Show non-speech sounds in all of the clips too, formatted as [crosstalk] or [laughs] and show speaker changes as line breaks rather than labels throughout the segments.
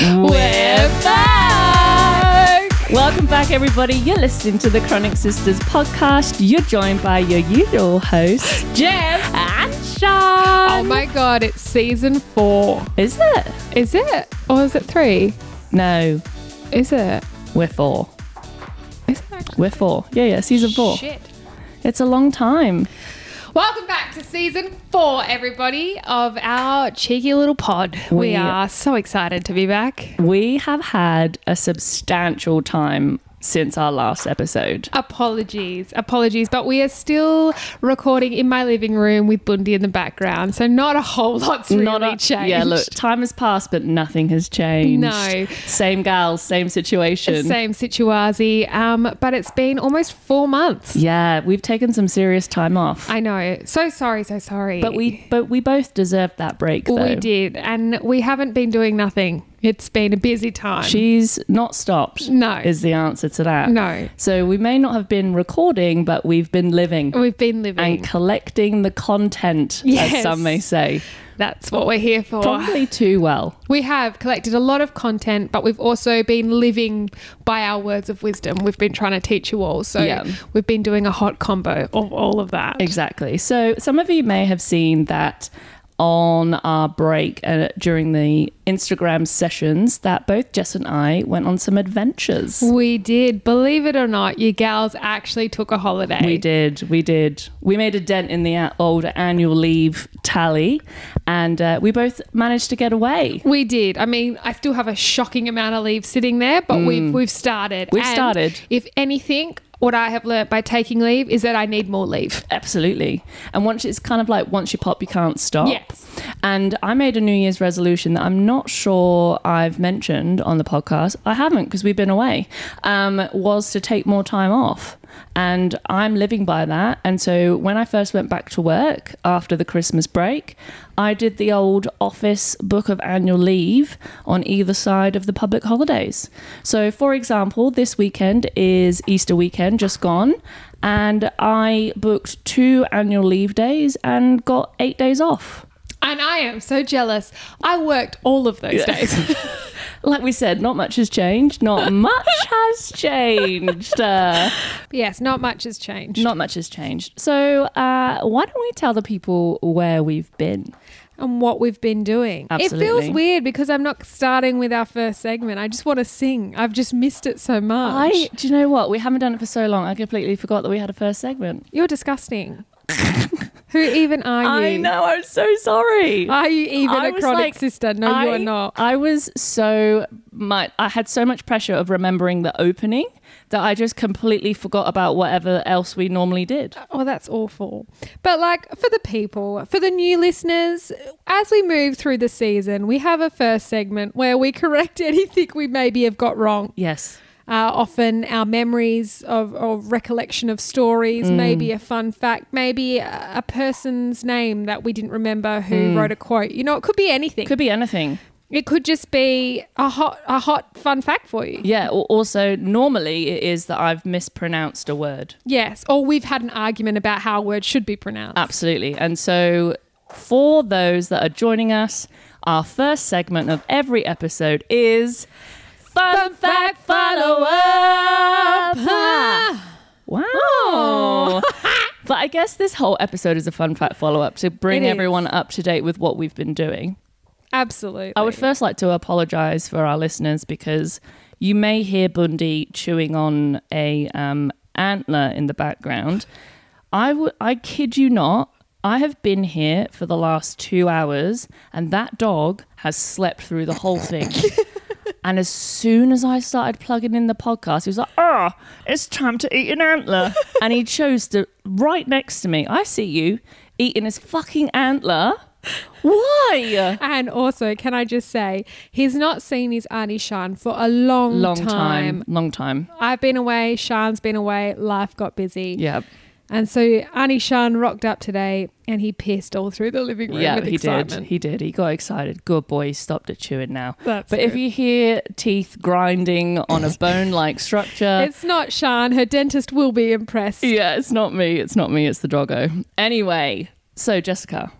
We're back! Welcome back, everybody. You're listening to the Chronic Sisters podcast. You're joined by your usual host,
Jeff.
and
Oh my god, it's season four.
Is it?
Is it? Or is it three?
No,
Is it?
we're four.
Is it actually?
We're four. Yeah, yeah, season four.
Shit.
It's a long time.
Welcome back to season four, everybody, of our cheeky little pod. We,
We-
are so excited to be back.
We have had a substantial time since our last episode.
Apologies, apologies, but we are still recording in my living room with Bundy in the background, so not a whole lot's really
a-
changed.
Yeah, look, time has passed, but nothing has changed.
No.
Same gals, same situation.
Same situazi, um, but it's been almost four months.
Yeah, we've taken some serious time off.
I know. So sorry, so sorry.
But we but we both deserved that break though.
We did, and we haven't been doing nothing. It's been a busy time.
She's not stopped.
No.
Is the answer to that.
No.
So we may not have been recording, but we've been living
We've been living.
and collecting the content, as
Yes. Oh.
some may say.
That's what we're here for.
Probably too well.
We have collected a lot of content, but we've also been living by our words of wisdom. We've been trying to teach you all. So
Yeah.
we've been doing a hot combo of all of that.
Exactly. So some of you may have seen that on our break uh, during the Instagram sessions that both Jess and I went on some adventures.
We did. Believe it or not, you gals actually took a holiday.
We did. We did. We made a dent in the a- old annual leave tally, and uh, we both managed to get away.
We did. I mean, I still have a shocking amount of leave sitting there, but we've we've started.
Mm. We've
And
started.
If anything, what I have learnt by taking leave is that I need more leave.
Absolutely. And once it's kind of like once you pop, you can't stop.
Yes.
And I made a New Year's resolution that I'm not sure I've mentioned on the podcast. I haven't because we've been away. Um, was to take more time off. And I'm living by that. And so when I first went back to work after the Christmas break, I did the old office book of annual leave on either side of the public holidays. So, for example, this weekend is Easter weekend, just gone. And I booked two annual leave days and got eight days off.
And I am so jealous. I worked all of
[laughs]
those days.
like we said, not much has changed. [laughs] Not much has changed. Uh,
yes, not much has changed.
not much has changed. So, uh, why don't we tell the people where we've been?
And what we've been doing. It
Absolutely.
feels weird because I'm not starting with our first segment. I just want to sing. I've just missed it so much.
I, do you know what? We haven't done it for so long. I completely forgot that we had a first segment.
You're disgusting. [laughs] Who even are you?
I know. I'm so sorry.
Are you even
I
a
was
chronic
like,
sister? No, you
I-
are not.
I was so much. I had so much pressure of remembering the opening that I just completely forgot about whatever else we normally did.
Oh, that's awful. But, like, for the people, for the new listeners, as we move through the season, we have a first segment where we correct [laughs] anything we maybe have got wrong.
Yes.
Uh, often, our memories of, of recollection of stories,
Mm.
maybe a fun fact, maybe a, a person's name that we didn't remember who wrote a quote. You know, it could be anything.
Mm. Could be anything.
it could just be a hot, a hot fun fact for you.
Yeah. al- Also, normally it is that I've mispronounced a word.
Yes. Or we've had an argument about how words should be pronounced.
Absolutely. And so, for those that are joining us, our first segment of every episode is Fun,
Fun
Fact
Fact
Follow Up.
Ah.
Wow. [laughs] but I guess this whole episode is a fun fact follow up to bring
It is.
everyone up to date with what we've been doing.
Absolutely.
I would first like to apologize for our listeners because you may hear Bundy chewing on a um, antler in the background. I would, I kid you not, I have been here for the last two hours, and that dog has slept through the whole thing. and as soon as I started plugging in the podcast, he was like, "Ah, it's time to eat an antler," and he chose to right next to me. I see you eating his fucking antler. Why? [laughs]
And also, can I just say, he's not seen his Auntie Shan for a long,
long
time.
time. long time
I've been away, Shan's been away, life got busy.
yeah
And so Auntie Shan rocked up today and he pissed all through the living room
yeah
with
he did
excitement.
he did he got excited good boy he stopped at chewing now
That's
but if
good.
you hear teeth grinding on
[laughs]
a bone like structure
It's not Shan. Her dentist will be impressed.
uh, yeah it's not me it's not me it's the doggo anyway so jessica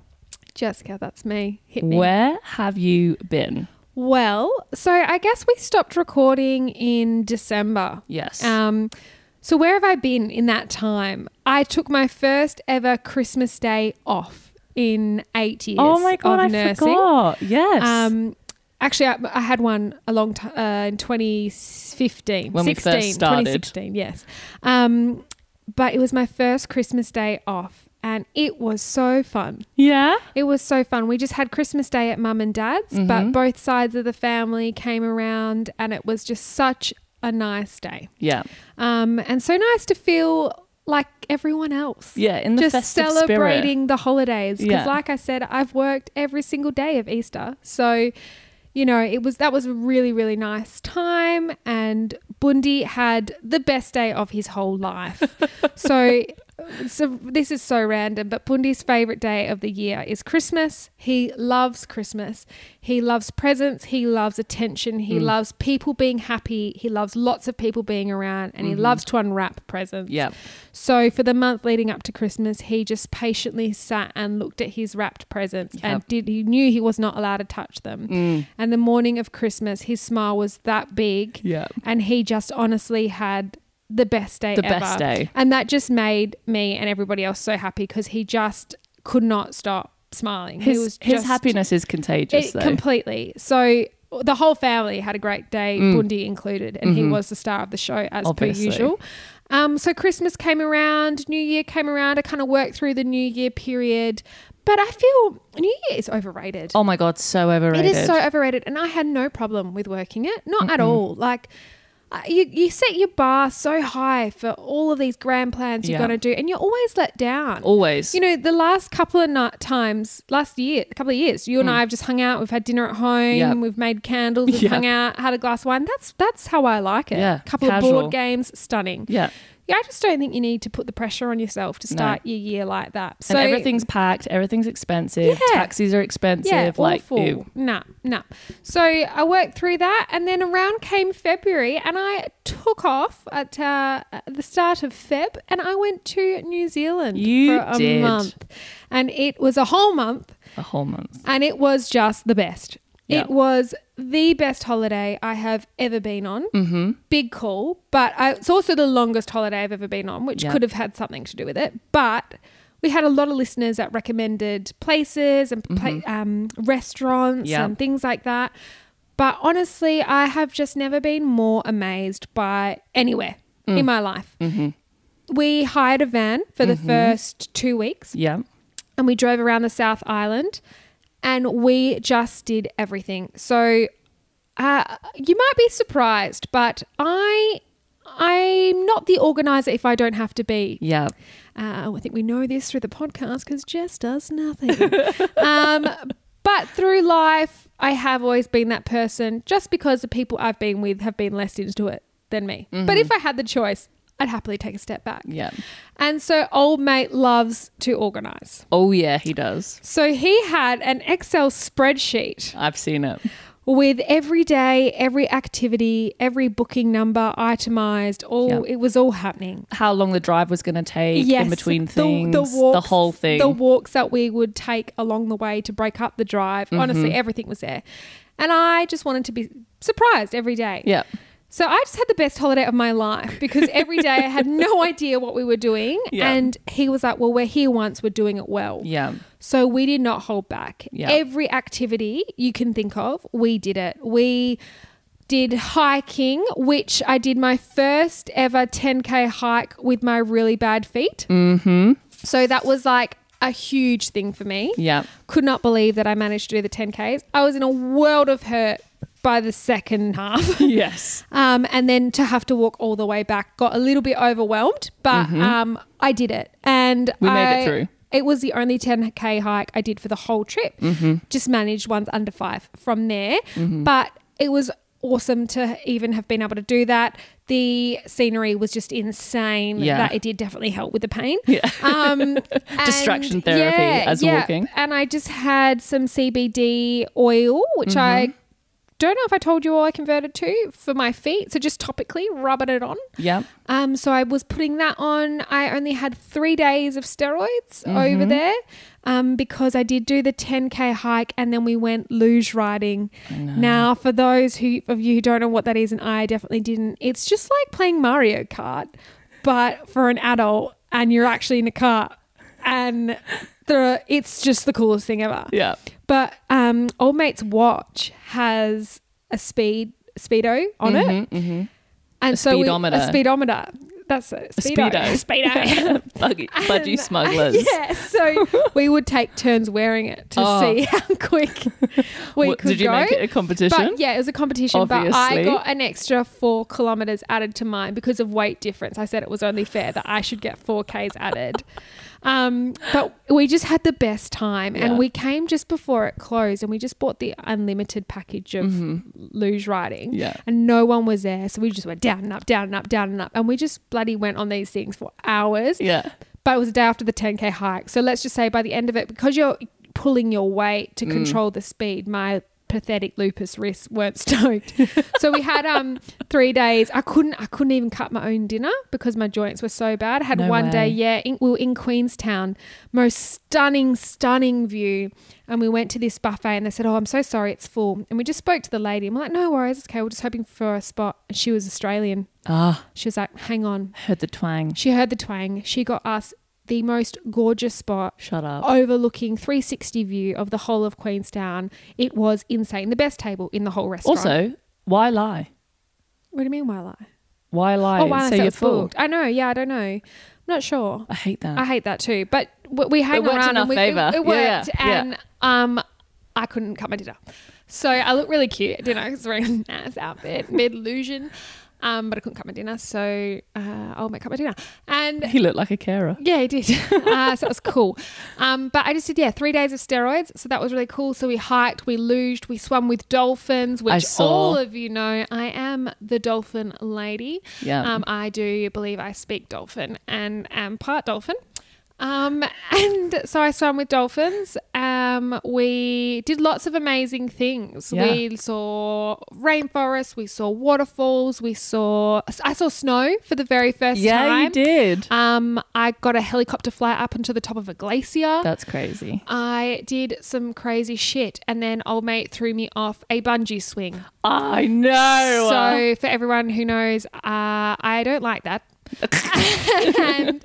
Jessica, that's me. Hit me.
where have you been
Well, so I guess we stopped recording in December.
Yes.
Um, so where have I been in that time? I took my first ever Christmas Day off in eight years.
oh my god,
of
I
nursing.
forgot. Yes.
Um, actually, I, I had one a long time uh, in 2015,
When we first
16,
started.
2016. Yes, um, but it was my first Christmas Day off, and it was so fun.
yeah.
It was so fun. We just had Christmas Day at mum and dad's,
Mm-hmm.
but both sides of the family came around, and it was just such a nice day,
Yeah.
um, and so nice to feel like everyone else
Yeah. In the
just
festive
celebrating
spirit.
the holidays because
Yeah.
like i said i've worked every single day of easter so you know it was that was a really really nice time and bundy had the best day of his whole
[laughs]
life so so this is so random but bundy's favorite day of the year is christmas he loves christmas he loves presents he loves attention
Mm.
he loves people being happy he loves lots of people being around and he
Mm-hmm.
loves to unwrap presents
Yeah.
so for the month leading up to Christmas, he just patiently sat and looked at his wrapped presents and did he knew he was not allowed to touch them.
Mm.
And the morning of Christmas, his smile was that big
Yeah.
and he just honestly had the best day
The
ever.
best day.
And that just made me and everybody else so happy because he just could not stop smiling. he
His
was
his
just,
happiness is contagious
it-
though.
completely. So the whole family had a great day, Bundy included, and he was the star of the show
Mm.
as
Mm-hmm. Obviously.
per usual. Um, so Christmas came around, New Year came around. I kind of worked through the New Year period, but I feel New Year is overrated.
oh my god, so overrated.
It is so overrated, and I had no problem with working it, not at all. Like. uh, You, you set your bar so high for all of these grand plans you're
Yeah.
going to do, and you're always let down.
Always.
You know, the last couple of night times, last year, a couple of years, you and I have just hung out. We've had dinner at home.
Hmm. Yep.
We've made candles.
[laughs]
We've
Yeah.
hung out, had a glass of wine. That's that's how I like it.
Yeah,
couple of
casual.
board games, stunning.
yeah.
Yeah, I just don't think you need to put the pressure on yourself to start your year like that. So
and everything's packed, everything's expensive,
Yeah.
taxis are expensive,
yeah,
like
awful.
ew.
Nah, nah. So I worked through that, and then around came February, and I took off at, uh, at the start of Feb, and I went to New Zealand
You
for a
did.
month, and it was a whole month,
a whole month.
and it was just the best.
Yeah.
It was the best holiday I have ever been on. Mm-hmm. Big call, but I, it's also the longest holiday I've ever been on, which
Yeah.
could have had something to do with it. But we had a lot of listeners that recommended places and pla- um, restaurants
Mm-hmm. Yeah.
and things like that. But honestly, I have just never been more amazed by anywhere
Mm.
in my life.
Mm-hmm.
We hired a van for the first two weeks
Yeah.
and we drove around the South Island and we just did everything. So uh, you might be surprised, but I I'm not the organizer if I don't have to be.
Yeah.
Uh, I think we know this through the podcast because Jess does nothing. um, but through life, I have always been that person just because the people I've been with have been less into it than me. But if I had the choice, I'd happily take a step back.
Yeah.
And so old mate loves to organize.
Oh yeah, he does.
So he had an Excel spreadsheet
I've seen it.
with every day, every activity, every booking number itemized. All
Yeah.
it was all happening.
How long the drive was going to take in between
the-
things, the,
walks-
whole thing.
the walks that we would take along the way to break up the drive.
Mm-hmm.
Honestly, everything was there, and I just wanted to be surprised every day.
yeah.
So I just had the best holiday of my life because every day I had no [laughs] idea what we were doing,
Yeah.
and he was like, "Well, we're here once. We're doing it well."
Yeah.
So we did not hold back.
Yeah.
Every activity you can think of, we did it. We did hiking, which I did my first ever 10K hike with my really bad feet. Mm-hmm. So that was like a huge thing for me.
Yeah.
Could not believe that I managed to do the 10Ks. I was in a world of hurt by the second half. [laughs]
Yes.
Um, and then to have to walk all the way back got a little bit overwhelmed, but um, I did it, and
Mm-hmm. We made it
I-
through.
It was the only 10k hike I did for the whole trip.
Mm-hmm.
Just managed ones under five from there, but it was awesome to even have been able to do that. The scenery was just insane.
Yeah.
That it did definitely help with the pain. Yeah. Um,
[laughs] Distraction therapy as walking. Mm-hmm.
And I just had some CBD oil, which I don't know if I told you all I converted to for my feet. So just topically rubbing it on.
Yep.
Um, so I was putting that on. I only had three days of steroids over there um, because I did do the 10k hike and then we went luge riding. Now, for those who of you who don't know what that is, and I definitely didn't, it's just like playing Mario Kart, but for an adult, and you're actually in a car, and the it's just the coolest thing ever.
[laughs] Yeah.
But um, old mate's watch has a speed speedo on it.
Mm-hmm.
And
A
so we-
speedometer.
a speedometer. That's a speedo.
speedo.
[laughs] speedo.
Buggy, [laughs] budgie [laughs]
And, uh,
smugglers.
[laughs] Yeah. So we would take turns wearing it to
Oh.
see [laughs] how quick we
What-
could
did you
go.
make it a competition?
But yeah, it was a competition. But I
Obviously.
got an extra four kilometers added to mine because of weight difference. I said it was only fair that I should get four Ks added. Um, but we just had the best time,
Yeah.
and we came just before it closed, and we just bought the unlimited package of luge riding.
Mm-hmm. Yeah.
And no one was there, so we just went down and up, down and up, down and up, and we just bloody went on these things for hours
Yeah.
but it was a day after the 10k hike. So let's just say by the end of it, because you're pulling your weight
Mm.
to control the speed, my pathetic lupus wrists weren't [laughs] stoked. so we had um three days. I couldn't I couldn't even cut my own dinner because my joints were so bad. I had
No
one day,
way.
yeah, in, we were in Queenstown, most stunning, stunning view. And we went to this buffet and they said, Oh, I'm so sorry, it's full. And we just spoke to the lady and we're like, No worries, it's okay, we're just hoping for a spot. And she was Australian.
Ah,
She was like, Hang on.
heard the twang.
She heard the twang. She got us the most gorgeous spot
Shut up.
overlooking 360 view of the whole of Queenstown. It was insane. The best table in the whole restaurant.
also, why lie?
what do you mean why lie?
Why lie?
oh, why
and
lie?
say
So
you're
it's
full.
booked. I know. Yeah, I don't know. I'm not sure.
I hate that.
I hate that too. But w- we hang
worked
around
in
and
our
we,
favour.
It, it
Yeah, yeah,
worked,
yeah.
and um, I couldn't cut my dinner, so I looked really cute, you know, because wearing a nice outfit, mid illusion, um, but I couldn't cut my dinner, so uh, I'll make up my dinner,
[laughs]
and
he looked like a carer.
Yeah, he did. [laughs] uh, so it was cool. Um, but I just did, yeah, three days of steroids. So that was really cool. So we hiked, we luged, we swam with dolphins,
I
which
saw.
all of you know I am the dolphin lady.
Yeah.
Um, I do believe I speak dolphin and am part dolphin. Um, [laughs] and so I swam with dolphins. Um, we did lots of amazing things.
Yeah.
We saw rainforests, we saw waterfalls, we saw, I saw snow for the very first
yeah,
time.
you did.
Um, I got a helicopter flight up onto the top of a glacier.
That's crazy.
I did some crazy shit, and then old mate threw me off a bungee swing.
I know.
So for everyone who knows, uh, I don't
[laughs]
like that. and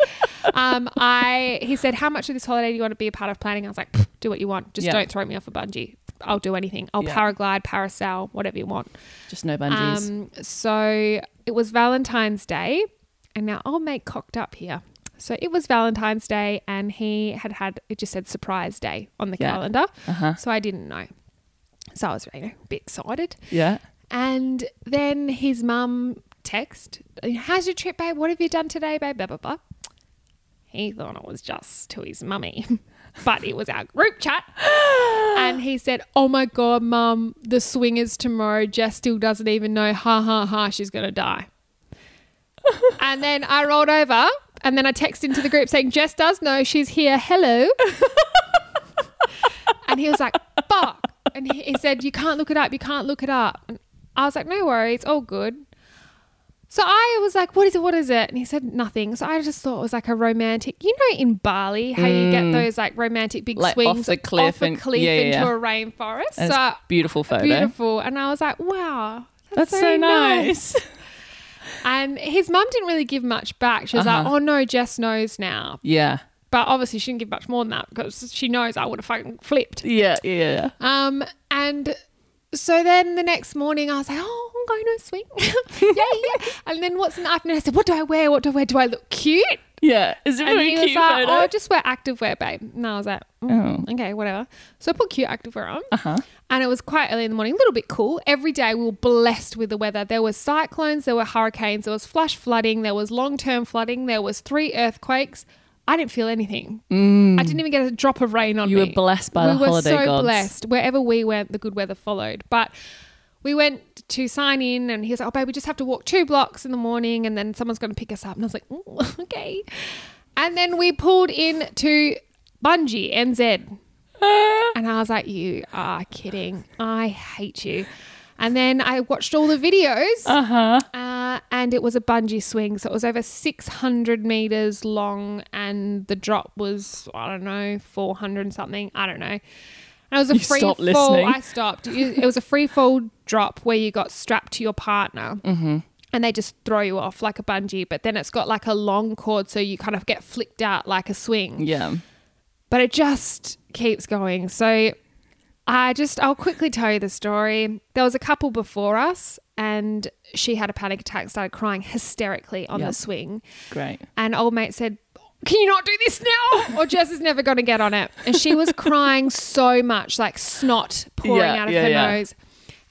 um, I, he said, "How much of this holiday do you want to be a part of planning?" I was like, "Pfft, "Do what you want. Just
Yeah.
don't throw me off a bungee. I'll do anything. I'll
Yeah.
paraglide, parasail, whatever you want."
Just no bungees.
Um, so it was Valentine's Day, and now I'll make cocked up here. So it was Valentine's Day, and he had had it just said surprise day on the
Yeah.
calendar.
Uh-huh.
So I didn't know. So I was you know, a bit excited.
yeah.
And then his mum text, "How's your trip, babe? What have you done today, babe?" Blah blah blah. He thought it was just to his mummy, [laughs] but it was our group chat. And he said, "Oh my god, mum, the swing is tomorrow. Jess still doesn't even know. Ha ha ha. She's gonna die." and then I rolled over, and then I texted into the group saying, "Jess does know. She's here.
[laughs]
Hello." And he was like, fuck. And he, he said, you can't look it up. You can't look it up. And I was like, no worries. It's all good. So I was like, what is it? What is it? And he said, nothing. So I just thought it was like a romantic, you know, in Bali, how you get those like romantic big
Mm. Like off
swings
the cliff
off a
and-
cliff
yeah, yeah,
into
yeah.
a rainforest.
And
so
it's beautiful photo.
beautiful. And I was like, wow.
eh? That's so nice.
And his mum didn't really give much back. She was like, oh no, Jess knows now.
[laughs] Yeah.
But obviously, she didn't give much more than that because she knows I would have fucking flipped.
Yeah. Yeah.
Um, and so then the next morning I was like, oh, I'm going to a swing. [laughs] yeah, yeah. And then what's in the afternoon? I said, what do I wear? What do I wear? Do I look cute?
Yeah. Is it
And
really
he
cute
was like,
photo?
oh, just wear activewear, babe. And I was like,
Oh.
mm, okay, whatever. So I put cute activewear on.
Uh-huh.
And it was quite early in the morning, a little bit cool. Every day we were blessed with the weather. There were cyclones, there were hurricanes, there was flash flooding, there was long term flooding, there was three earthquakes. I didn't feel anything. I didn't even get a drop of rain on
Mm. You
me.
were blessed by
we
the
were
holiday
so
gods.
blessed. Wherever we went, the good weather followed. But we went to sign in, and he was like, "Oh, babe, we just have to walk two blocks in the morning, and then someone's going to pick us up." And I was like, "Ooh, [laughs] "Okay." And then we pulled in to
[laughs]
Bungee NZ. And I was like, You are kidding. I hate you. And then I watched all the videos.
Uh huh.
Uh, and it was a bungee swing. So it was over 600 meters long, and the drop was, I don't know, 400 and something. I don't know. And it was a
You
free fall.
stopped listening.
I stopped. You- It was a free fall drop where you got strapped to your partner.
Mm-hmm.
And they just throw you off like a bungee, but then it's got like a long cord, so you kind of get flicked out like a swing
Yeah.
but it just keeps going. So I just, I'll quickly tell you the story. There was a couple before us, and she had a panic attack, started crying hysterically on the
Yep.
swing.
Great.
And old mate said, Can you not do this
[laughs]
now? Or Jess is never going to get on it. And she was crying so much, like snot pouring
Yeah,
out of
yeah,
her
yeah.
nose.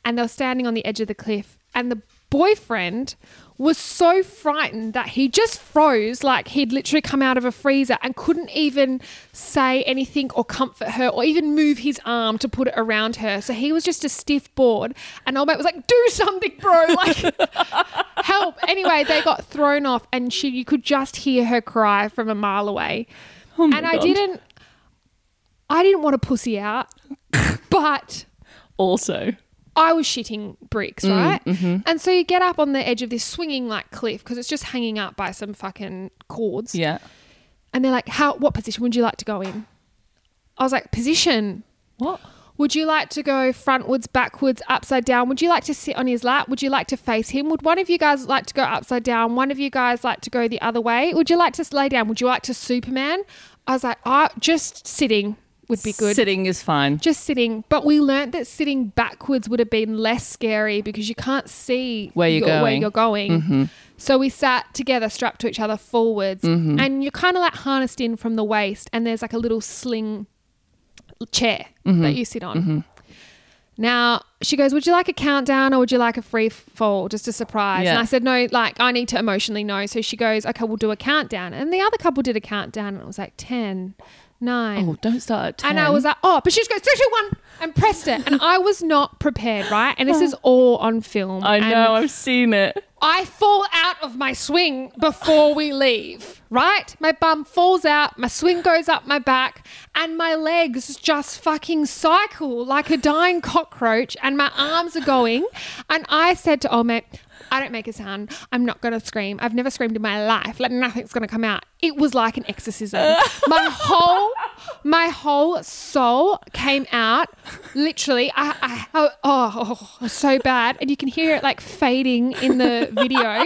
And they were standing on the edge of the cliff. And the boyfriend was so frightened that he just froze like he'd literally come out of a freezer and couldn't even say anything or comfort her or even move his arm to put it around her. So he was just a stiff board. And old mate was like, Do something,
[laughs]
bro. Like, help anyway they got thrown off and she you could just hear her cry from a mile away
Oh my
and i
God.
didn't i didn't want to pussy out but
Also.
i was shitting
Mm,
bricks right
mm-hmm.
and so you get up on the edge of this swinging like cliff because it's just hanging up by some fucking cords
Yeah.
and they're like how what position would you like to go in i was like position
What?
would you like to go frontwards, backwards, upside down? Would you like to sit on his lap? Would you like to face him? Would one of you guys like to go upside down? One of you guys like to go the other way? Would you like to lay down? Would you like to Superman? I was like, ah, just sitting would be good.
Sitting is fine.
Just sitting. But we learnt that sitting backwards would have been less scary because you can't see
Where you're
your-
going. Mm-hmm.
you're going. So we sat together, strapped to each other forwards,
Mm-hmm.
and you're kind of like harnessed in from the waist, and there's like a little sling chair
Mm-hmm.
that you sit on. Now she goes, Would you like a countdown or would you like a free fall? Just a surprise. And
Yeah.
I said, No, like I need to emotionally know. So she goes, Okay, we'll do a countdown. And the other couple did a countdown and it was like 10, 9,
Oh, don't start at 10.
and I was like, oh, but she just goes, three, two, one, and pressed it. And I was not prepared, right? And this is all on film.
I
And
know, I've seen it.
I fall out of my swing before we leave, right? My bum falls out, my swing goes up my back, and my legs just fucking cycle like a dying cockroach, and my arms are going. And I said to old mate, I don't make a sound. I'm not going to scream. I've never screamed in my life. Like nothing's going to come out. It was like an exorcism. My whole my whole soul came out. Literally, I, I oh, oh, oh, so bad. And you can hear it like fading in the video.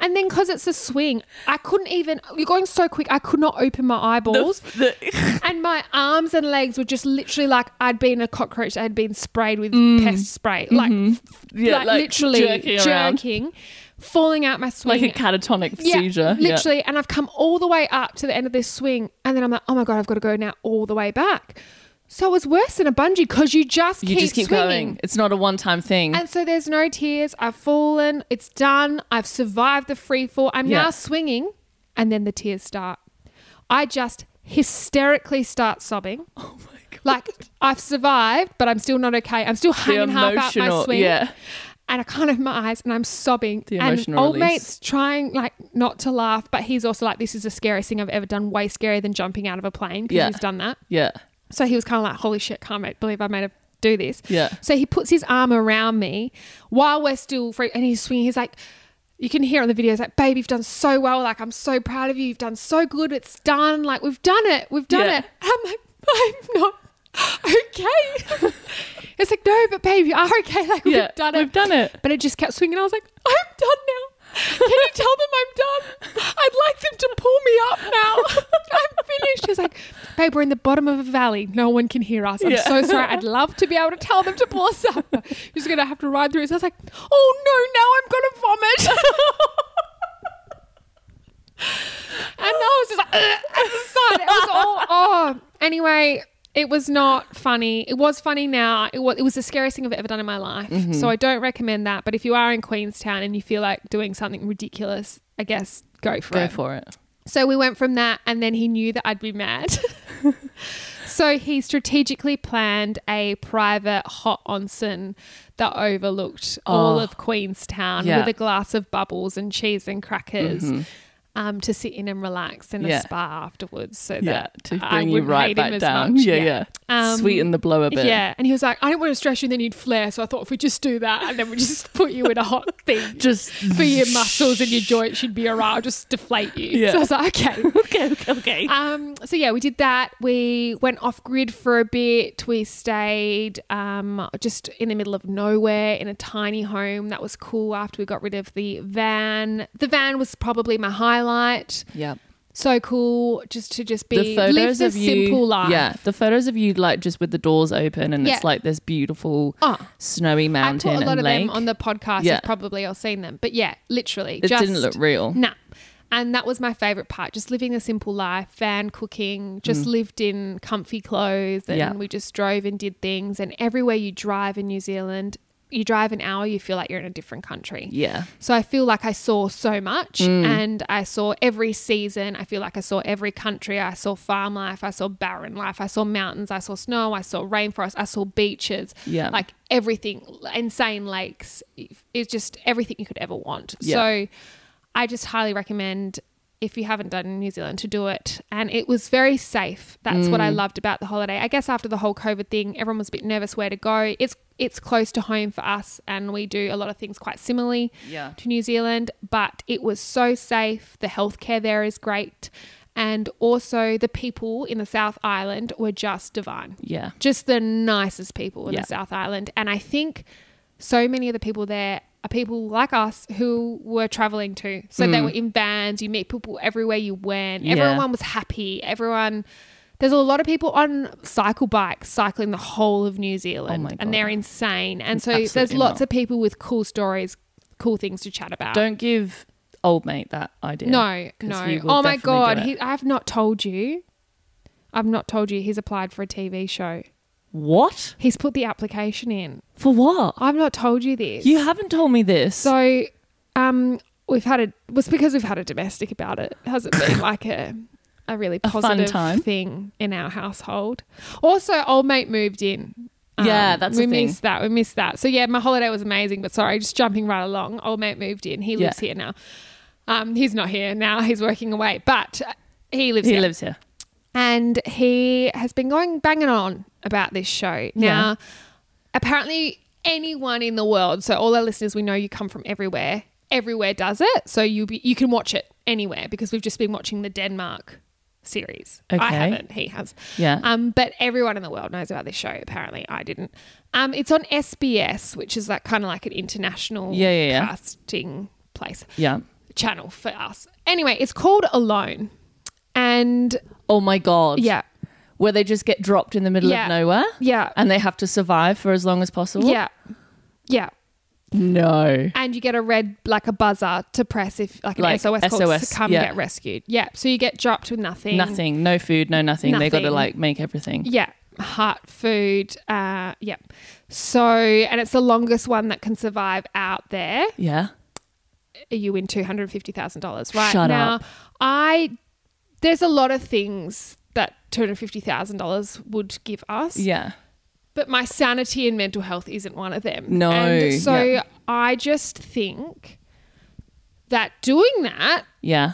And then because it's a swing, I couldn't even. You're going so quick. I could not open my eyeballs.
The- [laughs]
and my arms and legs were just literally like I'd been a cockroach. I'd been sprayed with pest spray, like,
Mm. Mm-hmm. yeah,
like, literally
jerking, around.
jerking, falling out my swing,
Like a catatonic
yeah,
seizure. Yeah.
Literally. And I've come all the way up to the end of this swing. And then I'm like, oh my God, I've got to go now all the way back. So it was worse than a bungee because you just
You
keep
just keep
swinging.
going. It's not a one time thing.
And so there's no tears. I've fallen. It's done. I've survived the free fall. I'm
Yeah.
now swinging. And then the tears start. I just hysterically start sobbing. [laughs]
oh my God.
Like, I've survived, but I'm still not okay. I'm still
the
hanging half out my
emotional.
swing
yeah.
and I can't open my eyes and I'm sobbing.
The
and
emotional
old
release.
mate's trying like not to laugh, but he's also like, This is the scariest thing I've ever done, way scarier than jumping out of a plane because
Yeah.
he's done that.
Yeah.
So he was kind of like, Holy shit, can't ma- believe I made her do this.
Yeah.
So he puts his arm around me while we're still free and he's swinging. He's like, you can hear on the video, he's like, babe, you've done so well. Like, I'm so proud of you. You've done so good. It's done. Like, we've done it. We've done
Yeah.
it. I'm like, I'm not [laughs]
[laughs]
okay. it's like, no, but babe, you are okay. Like,
Yeah.
we've done it.
We've done it.
But it just kept swinging. I was like, I'm done now. Can you tell them I'm done? I'd like them to pull me up now. [laughs] I'm finished. She's like, babe, we're in the bottom of a valley. No one can hear us. I'm
Yeah.
so sorry. I'd love to be able to tell them to pull us up. You're just going to have to ride through. So I was like, oh no, now I'm going to vomit. [laughs] and I was just like, "Ugh," at the sun. It was all, oh. Anyway, it was not funny. It was funny now. It was, it was the scariest thing I've ever done in my life. So I don't recommend that. But if you are in Queenstown and you feel like doing something ridiculous, I guess go for
Go
it.
for it.
So we went from that, and then he knew that I'd be mad. [laughs] so he strategically planned a private hot onsen that overlooked all
Oh.
of Queenstown
Yeah. Mm-hmm.
with a glass of bubbles and cheese and crackers. Um, to sit in and relax in
Yeah.
a spa afterwards, so
Yeah.
that
To
I
bring you
wouldn't
right
hate him
back
as
down.
much.
Yeah, yeah.
Um,
Sweeten the blow a bit.
Yeah, and he was like, I didn't want to stress you, then you'd flare. So I thought if we just do that, and then we just [laughs] put you in a hot thing
Just
for your muscles and your joints, you'd be alright. I'll just deflate you.
Yeah.
So I was like, [laughs] okay.
okay, okay, okay.
Um, so yeah, we did that. We went off grid for a bit. We stayed um, just in the middle of nowhere in a tiny home. That was cool. After we got rid of the van, the van was probably my highlight.
yeah.
So cool, just to just be
the photos
live this
of you,
simple life.
Yeah, the photos of you like just with the doors open and
Yeah.
it's like this beautiful
Oh,
snowy
I
mountain
put a lot
and
of
lake.
them on the podcast.
Yeah.
You've probably all seen them, but yeah, literally,
it
just
didn't look real.
Nah. And that was my favorite part, just living a simple life, van cooking, just lived in comfy clothes and
Mm. Yeah.
we just drove and did things. And everywhere you drive in New Zealand, you drive an hour, you feel like you're in a different country.
Yeah.
So I feel like I saw so much
Mm.
and I saw every season. I feel like I saw every country. I saw farm life. I saw barren life. I saw mountains. I saw snow. I saw rainforest. I saw beaches.
Yeah.
Like everything, insane lakes. It's just everything you could ever want.
Yeah.
So I just highly recommend if you haven't done New Zealand to do it. And it was very safe. That's what I
Mm.
loved about the holiday. I guess after the whole COVID thing, everyone was a bit nervous where to go. It's it's close to home for us and we do a lot of things quite similarly
Yeah.
to New Zealand, but it was so safe. The healthcare there is great. And also, the people in the South Island were just divine.
Yeah.
Just the nicest people in
Yeah.
the South Island. And I think so many of the people there are people like us who were traveling too. So they were in vans, you meet people everywhere you went.
Hmm. Yeah.
Everyone was happy. Everyone. There's a lot of people on cycle bikes cycling the whole of New Zealand,
Oh my
and they're insane. And so there's
Absolutely not.
lots of people with cool stories, cool things to chat about.
Don't give old mate that idea.
No,
'cause he
no.
will
Oh
definitely
my
do
god,
it.
he, I have not told you. I've not told you he's applied for a TV show.
What?
He's put the application in.
For what?
I've not told you this.
You haven't told me this.
so um we've had a was because we've had a domestic about it. Hasn't
[coughs]
been like a a really
A fun
positive
time.
thing in our household. Also, old mate moved in. Um,
Yeah, that's
we
a thing.
missed that. We missed that. So yeah, my holiday was amazing. But sorry, just jumping right along. Old mate moved in. He
Yeah.
lives here now. Um, he's not here now. He's working away, but uh, he lives
he
here
lives here.
and he has been going banging on about this show. Now, apparently, anyone in the world, so all our listeners, we know you come from everywhere. Everywhere does it, so you be, you can watch it anywhere because we've just been watching the Denmark series. I
Okay.
haven't. He has.
Yeah.
Um, but everyone in the world knows about this show. Apparently, I didn't. Um, it's on SBS, which is like kind of like an international
Yeah, yeah, yeah.
casting place
yeah.
channel for us. Anyway, it's called Alone, and
Oh my god.
yeah,
Where they just get dropped in the middle
Yeah.
of nowhere
yeah,
and they have to survive for as long as possible.
Yeah. Yeah.
No.
And you get a red, like a buzzer to press if, like an
Like
SOS, call
SOS,
to come
yeah.
get rescued. Yeah. So you get dropped with nothing.
Nothing. No food. No nothing. They got to
Nothing.
like make everything.
Yeah. Heart food. Uh, yeah. So, and it's the longest one that can survive out there.
Yeah.
You win $250,000 right
Shut
now.
up.
I, there's a lot of things that $250,000 would give us.
Yeah.
but my sanity and mental health isn't one of them.
No,
And so
yeah.
I just think that doing that
Yeah.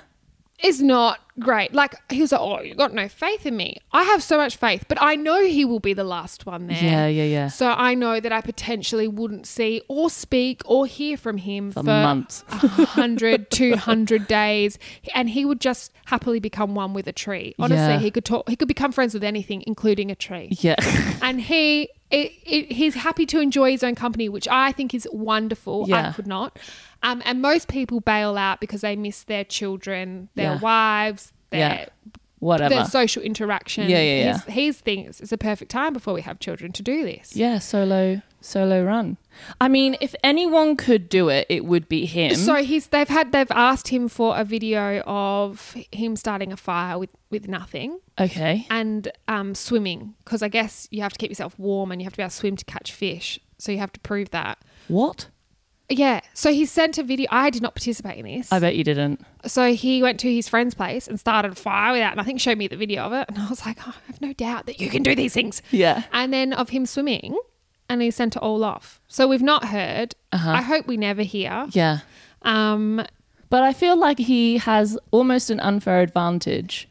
is not great. Like he was like, "Oh, you got no faith in me." I have so much faith, but I know he will be the last one there.
Yeah. Yeah. Yeah.
So I know that I potentially wouldn't see or speak or hear from him
For
for,
months.
[laughs] 100, 200 days and he would just happily become one with a tree. Honestly,
Yeah.
he could talk he could become friends with anything including a tree
Yeah. [laughs]
and he it, it, he's happy to enjoy his own company, which I think is wonderful.
Yeah.
I could not. Um, and most people bail out because they miss their children, their
Yeah.
wives,
Yeah.
their
Whatever.
their social interaction.
Yeah, yeah,
He's, he's thinks it's a perfect time before we have children to do this.
Yeah, solo solo run. I mean, if anyone could do it, it would be him.
So he's they've had they've asked him for a video of him starting a fire with with nothing
okay.
and um, swimming because I guess you have to keep yourself warm and you have to be able to swim to catch fish. So you have to prove that.
What?
Yeah. So he sent a video. I did not participate in this.
I bet you didn't.
so he went to his friend's place and started a fire without nothing, showed me the video of it. And I was like, oh, I have no doubt that you can do these things.
Yeah.
And then of him swimming and he sent it all off. So we've not heard.
Uh-huh.
I hope we never hear.
Yeah.
Um,
But I feel like he has almost an unfair advantage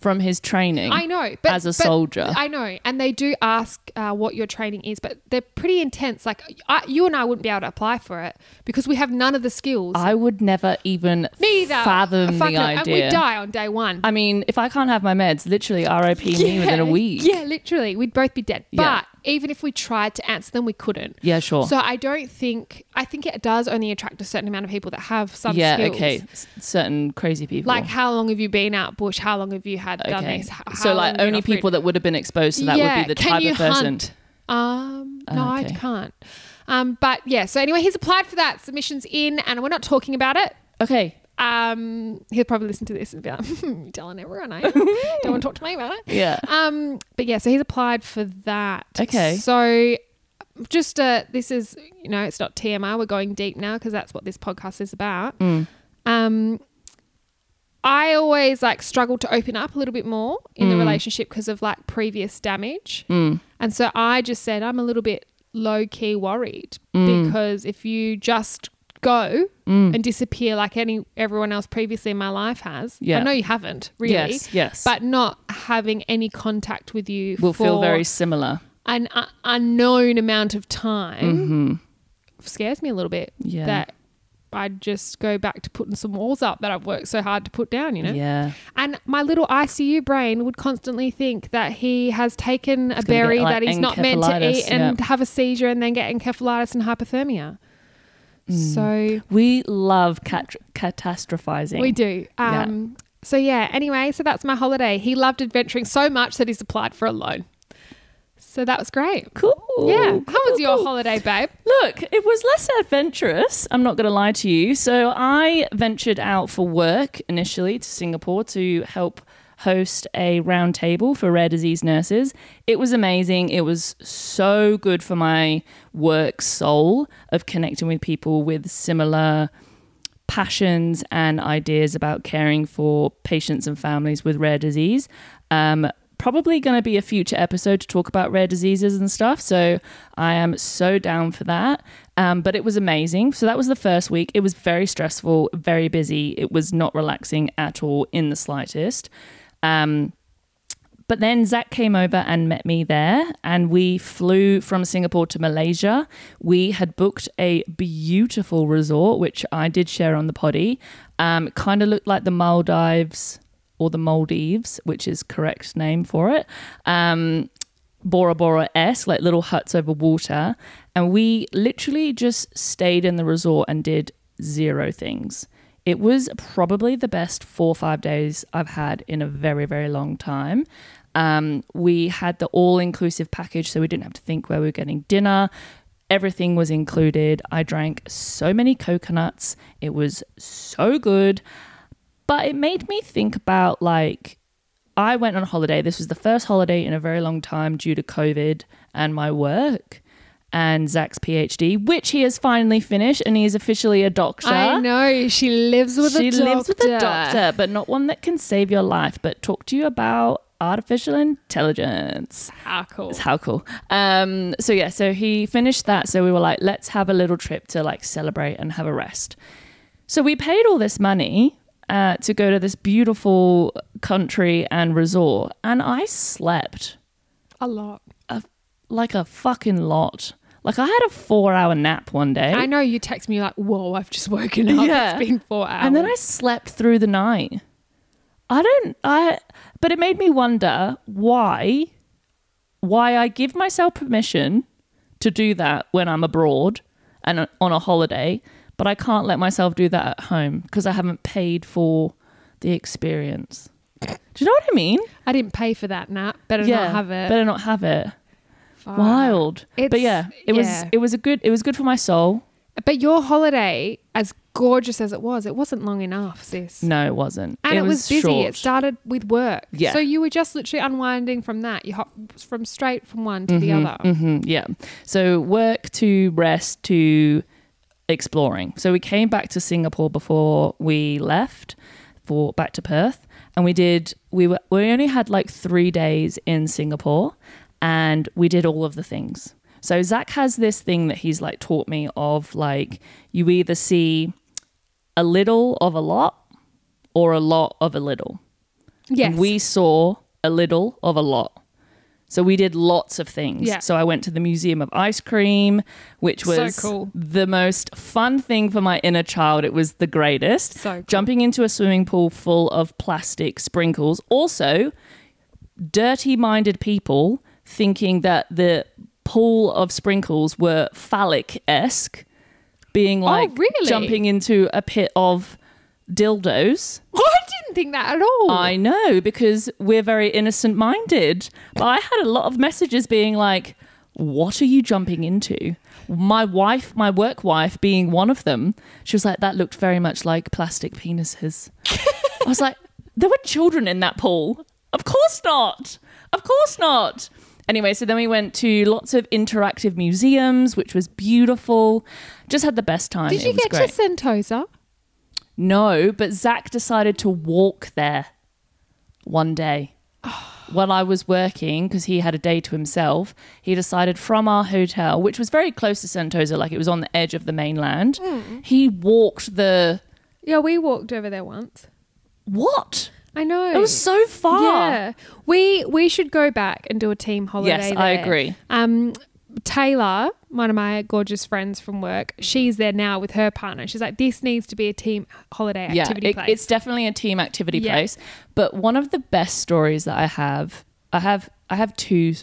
from his training.
I know, but
as a
but
soldier.
I know, and they do ask uh, what your training is, but they're pretty intense. Like I, you and I wouldn't be able to apply for it because we have none of the skills.
I would never even
Me either.
fathom
Fuck
the
no. And
idea.
we die on day one.
I mean, if I can't have my meds, literally RIP me within a week.
Yeah, literally, we'd both be dead.
Yeah.
But even if we tried to answer them, we couldn't.
Yeah, sure.
So I don't think I think it does only attract a certain amount of people that have some
yeah,
skills.
okay. S- certain crazy people.
Like how long have you been out bush? How long have you had done
okay.
this? How,
so
how
like
long have you
only
been off
people that would have been exposed to that would
Yeah,
be the
can
type
you
of person.
hunt? Um, no,
Ah, Okay.
I can't. Um, but yeah, so anyway, he's applied for that. Submission's in, and we're not talking about it.
Okay.
Um, he'll probably listen to this and be like, [laughs] "Hmm, telling everyone
[laughs]
I am. don't want to talk to me about it.
Yeah.
Um, but yeah, so he's applied for that.
Okay.
So just uh, this is, you know, it's not TMI. We're going deep now because that's what this podcast is about.
Mm.
Um, I always like struggle to open up a little bit more in
Mm.
the relationship because of like previous damage. And so I just said I'm a little bit low key worried
Mm.
because if you just go and disappear like any everyone else previously in my life has,
Yeah.
I know you haven't [laughs] really,
Yes, yes.
but not having any contact with you
will
for
feel very similar.
an uh, unknown amount of time scares me a little bit.
Mm-hmm. Yeah.
That I just go back to putting some walls up that I've worked so hard to put down, you know?
Yeah.
And my little ICU brain would constantly think that he has taken a
gonna get,
berry
like,
that he's not meant to
encephalitis,
eat and have a seizure and then get encephalitis and hypothermia.
Mm.
So
We love cat- catastrophizing.
we do.
Yeah.
Um, So yeah. Anyway, so that's my holiday. He loved adventuring so much that he's applied for a loan. So that was great.
Cool.
yeah. How
cool,
was your
cool.
holiday, babe?
Look, it was less adventurous. I'm not going to lie to you. So I ventured out for work initially to Singapore to help host a round table for rare disease nurses. It was amazing. It was so good for my work soul of connecting with people with similar passions and ideas about caring for patients and families with rare disease. Um, probably going to be a future episode to talk about rare diseases and stuff. So I am so down for that. Um, but it was amazing. So that was the first week. It was very stressful, very busy. It was not relaxing at all in the slightest. Um, but then Zach came over and met me there, and we flew from Singapore to Malaysia. We had booked a beautiful resort, which I did share on the potty. Um, kind of looked like the Maldives or the Maldives, which is correct name for it. Um, Bora Bora esque, like little huts over water. And we literally just stayed in the resort and did zero things. It was probably the best four or five days I've had in a very, very long time. Um, we had the all inclusive package, so we didn't have to think where we were getting dinner. Everything was included. I drank so many coconuts. It was so good. But it made me think about like I went on holiday. This was the first holiday in a very long time due to COVID and my work and Zach's PhD, which he has finally finished and he is officially a doctor.
I know she lives with
she
a doctor.
lives with a doctor, but not one that can save your life, but talk to you about artificial intelligence.
How Ah, cool.
It's how cool. Um, so yeah, so he finished that. So we were like, let's have a little trip to like celebrate and have a rest. So we paid all this money uh, to go to this beautiful country and resort, and I slept
A lot.
a, like a fucking lot. Like I had a four-hour nap one day,
I know you text me like, "Whoa, I've just woken up.
Yeah.
It's been four hours."
and then I slept through the night. I don't. I. But it made me wonder why, why I give myself permission to do that when I'm abroad and on a holiday, but I can't let myself do that at home because I haven't paid for the experience. Do you know what I mean?
I didn't pay for that nap. Better not have it.
Better not have it.
Fuck.
Wild. but
It's-
yeah, it was.
yeah.
It was a good. It was good for my soul.
But your holiday, as gorgeous as it was, it wasn't long enough, sis.
No, it wasn't.
And it, was, busy.
Short.
It started with work.
Yeah.
So you were just literally unwinding from that. You hop from straight from one to the other.
hmm yeah. So work to rest to exploring. So we came back to Singapore before we left for back to Perth, and we did. We were we only had like three days in Singapore, and we did all of the things. So Zach has this thing that he's like taught me of like you either see a little of a lot or a lot of a little.
Yes.
And we saw a little of a lot. So we did lots of things.
Yeah.
So I went to the Museum of Ice Cream, which
So
was
cool.
the most fun thing for my inner child. It was the greatest.
So cool.
Jumping into a swimming pool full of plastic sprinkles. Also, dirty minded people thinking that the pool of sprinkles were phallic esque, being like
Oh, really?
jumping into a pit of dildos.
[laughs] I didn't think that at all.
I know because we're very innocent minded. But I had a lot of messages being like, what are you jumping into? My wife, my work wife, being one of them, she was like, that looked very much like plastic penises. I was like, there were children in that pool. Of course not. Of course not. Anyway, so then we went to lots of interactive museums, which was beautiful. Just had the best time.
Did
It
you
was
get
great.
to Sentosa?
No, but Zach decided to walk there one day while I was working because he had a day to himself. He decided from our hotel, which was very close to Sentosa, like it was on the edge of the mainland,
Hmm.
he walked the
Yeah, we walked over there once.
what?
I know.
It was so far.
Yeah, we we should go back and do a team holiday.
Yes, I
there.
agree.
Um, Taylor, one of my gorgeous friends from work, she's there now with her partner. She's like, this needs to be a team holiday activity
it-
place.
It's definitely a team activity
Yeah.
place. But one of the best stories that I have, I have, I have two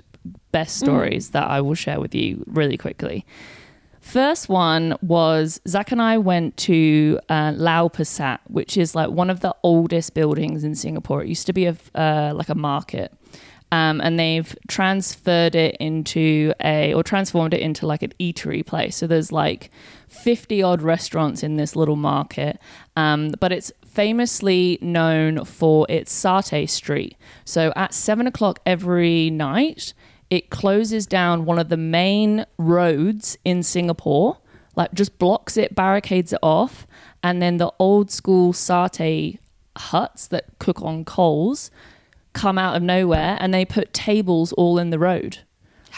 best
Hmm.
stories that I will share with you really quickly. First one was Zach and I went to uh, Lau Pasat, which is like one of the oldest buildings in Singapore. It used to be a f- uh, like a market, um, and they've transferred it into a or transformed it into like an eatery place. So there's like fifty odd restaurants in this little market, um, but it's famously known for its satay street. So at seven o'clock every night, it closes down one of the main roads in Singapore, like just blocks it, barricades it off, and then the old school satay huts that cook on coals come out of nowhere and they put tables all in the road.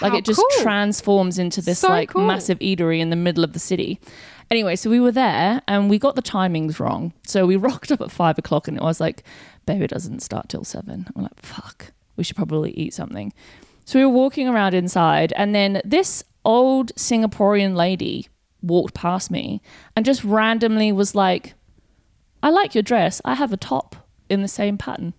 like
How
it just
cool.
transforms into this
So
like
cool.
massive eatery in the middle of the city. Anyway, so we were there and we got the timings wrong. So we [laughs] rocked up at five o'clock and it was like, babe, it doesn't start till seven. I'm like, fuck, we should probably eat something. So we were walking around inside and then this old Singaporean lady walked past me and just randomly was like, I like your dress. I have a top in the same pattern.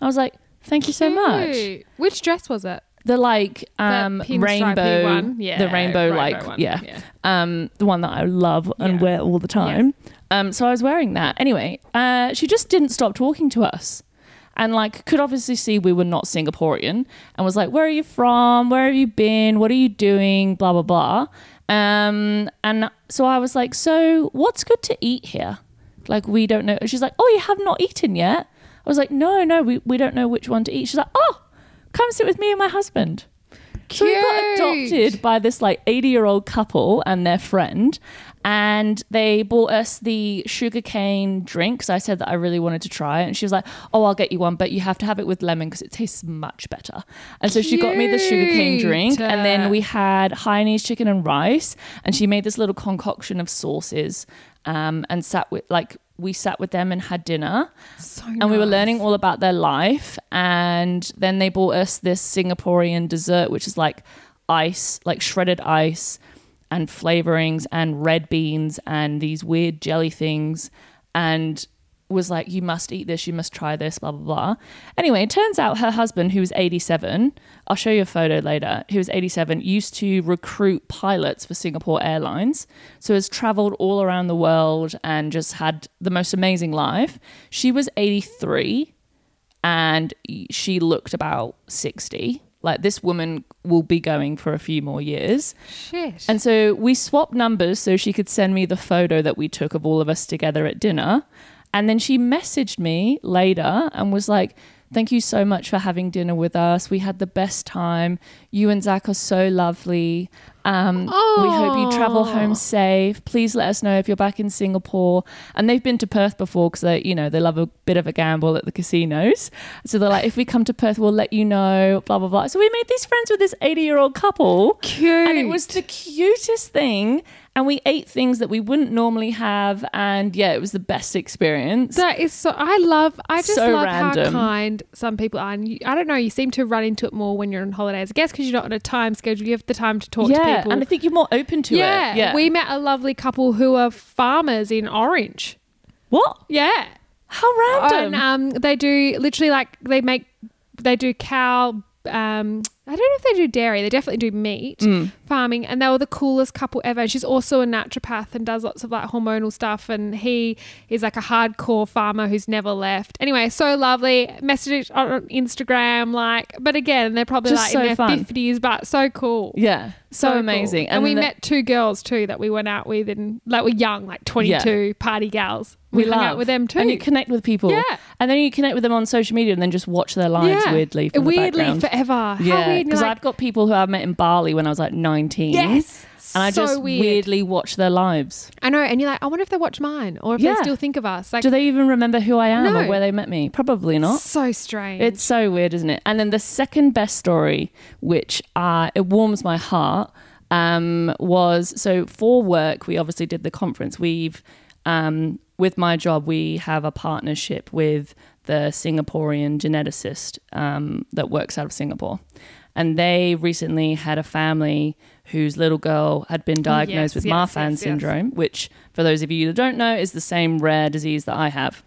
I was like, thank you so much.
Cute. Which dress was it?
The like um
pinstripey
rainbow
one? Yeah,
the rainbow,
rainbow
like
one.
yeah.
Yeah.
Um the one that I love and
Yeah.
wear all the time. Um so I was wearing that. Anyway, uh she just didn't stop talking to us. And like could obviously see we were not Singaporean and was like, Where are you from? Where have you been? What are you doing? Blah blah blah. Um and so I was like, So what's good to eat here? Like we don't know. She's like, oh, you have not eaten yet. I was like, no, no, we, we don't know which one to eat. She's like, oh, come sit with me and my husband. So we got
Cute.
adopted by this like 80 year old couple and their friend. And they bought us the sugarcane drinks. I said that I really wanted to try it. And she was like, Oh, I'll get you one, but you have to have it with lemon because it tastes much better. And so she got me the sugarcane drink.
Cute.
And then we had Hainanese chicken and rice. And she made this little concoction of sauces um, and sat with, like, we sat with them and had dinner
So
and we were learning all about their life and then they bought us this singaporean dessert which is like ice like shredded ice and flavorings and red beans and these weird jelly things and was like you must eat this you must try this blah blah blah anyway it turns out her husband who was 87 i'll show you a photo later who was 87 used to recruit pilots for singapore airlines so has traveled all around the world and just had the most amazing life she was 83 and she looked about 60 like this woman will be going for a few more years
Shit.
and so we swapped numbers so she could send me the photo that we took of all of us together at dinner. And then she messaged me later and was like, Thank you so much for having dinner with us. We had the best time. You and Zach are so lovely. Um, We hope you travel home
Aw.
safe. Please let us know if you're back in Singapore. And they've been to Perth before because they, you know, they love a bit of a gamble at the casinos. So they're like, if we come to Perth, we'll let you know. Blah blah blah. So we made these friends with this 80 year old couple.
Cute.
And it was the cutest thing. And we ate things that we wouldn't normally have. And yeah, it was the best experience.
That is so. I love. I just
So
love how
random.
kind some people are. And you, I don't know. You seem to run into it more when you're on holidays. I guess because you're not on a time schedule, you have the time to talk to
yeah.
people.
And I think you're more open to
yeah,
it. Yeah.
we met a lovely couple who are farmers in Orange.
what?
Yeah,
How
and
random.
um, they do literally like they make they do cow. Um, I don't know if they do dairy. They definitely do meat
Mm.
farming, and they were the coolest couple ever. She's also a naturopath and does lots of like hormonal stuff, and he is like a hardcore farmer who's never left. Anyway, so lovely. Message on Instagram, like, but again, they're probably
Just
like
so
in their
fun.
fifties, but so cool.
yeah. So,
cool.
amazing.
And, we
the-
met two girls too that we went out with, and like we're young, like twenty two, party gals. We, hung out with them too.
And you connect with people.
Yeah.
And then you connect with them on social media and then just watch their lives weirdly from
weirdly
the background.
forever. How
yeah,
weird.
because
like,
I've got people who I met in Bali when I was like 19.
yes,
And I
so
just
weird.
weirdly watch their lives.
I know, and you're like, I wonder if they watch mine or if
Yeah.
they still think of us. Like,
Do they even remember who I am or
No.
where they met me? Probably not.
so strange.
It's so weird, isn't it? And then the second best story, which uh, it warms my heart, um, was so for work. We obviously did the conference. We've um, with my job, we have a partnership with the Singaporean geneticist um, that works out of Singapore, and they recently had a family whose little girl had been diagnosed
Oh, yes,
with
yes,
Marfan
yes, yes.
syndrome, which, for those of you that don't know, is the same rare disease that I have.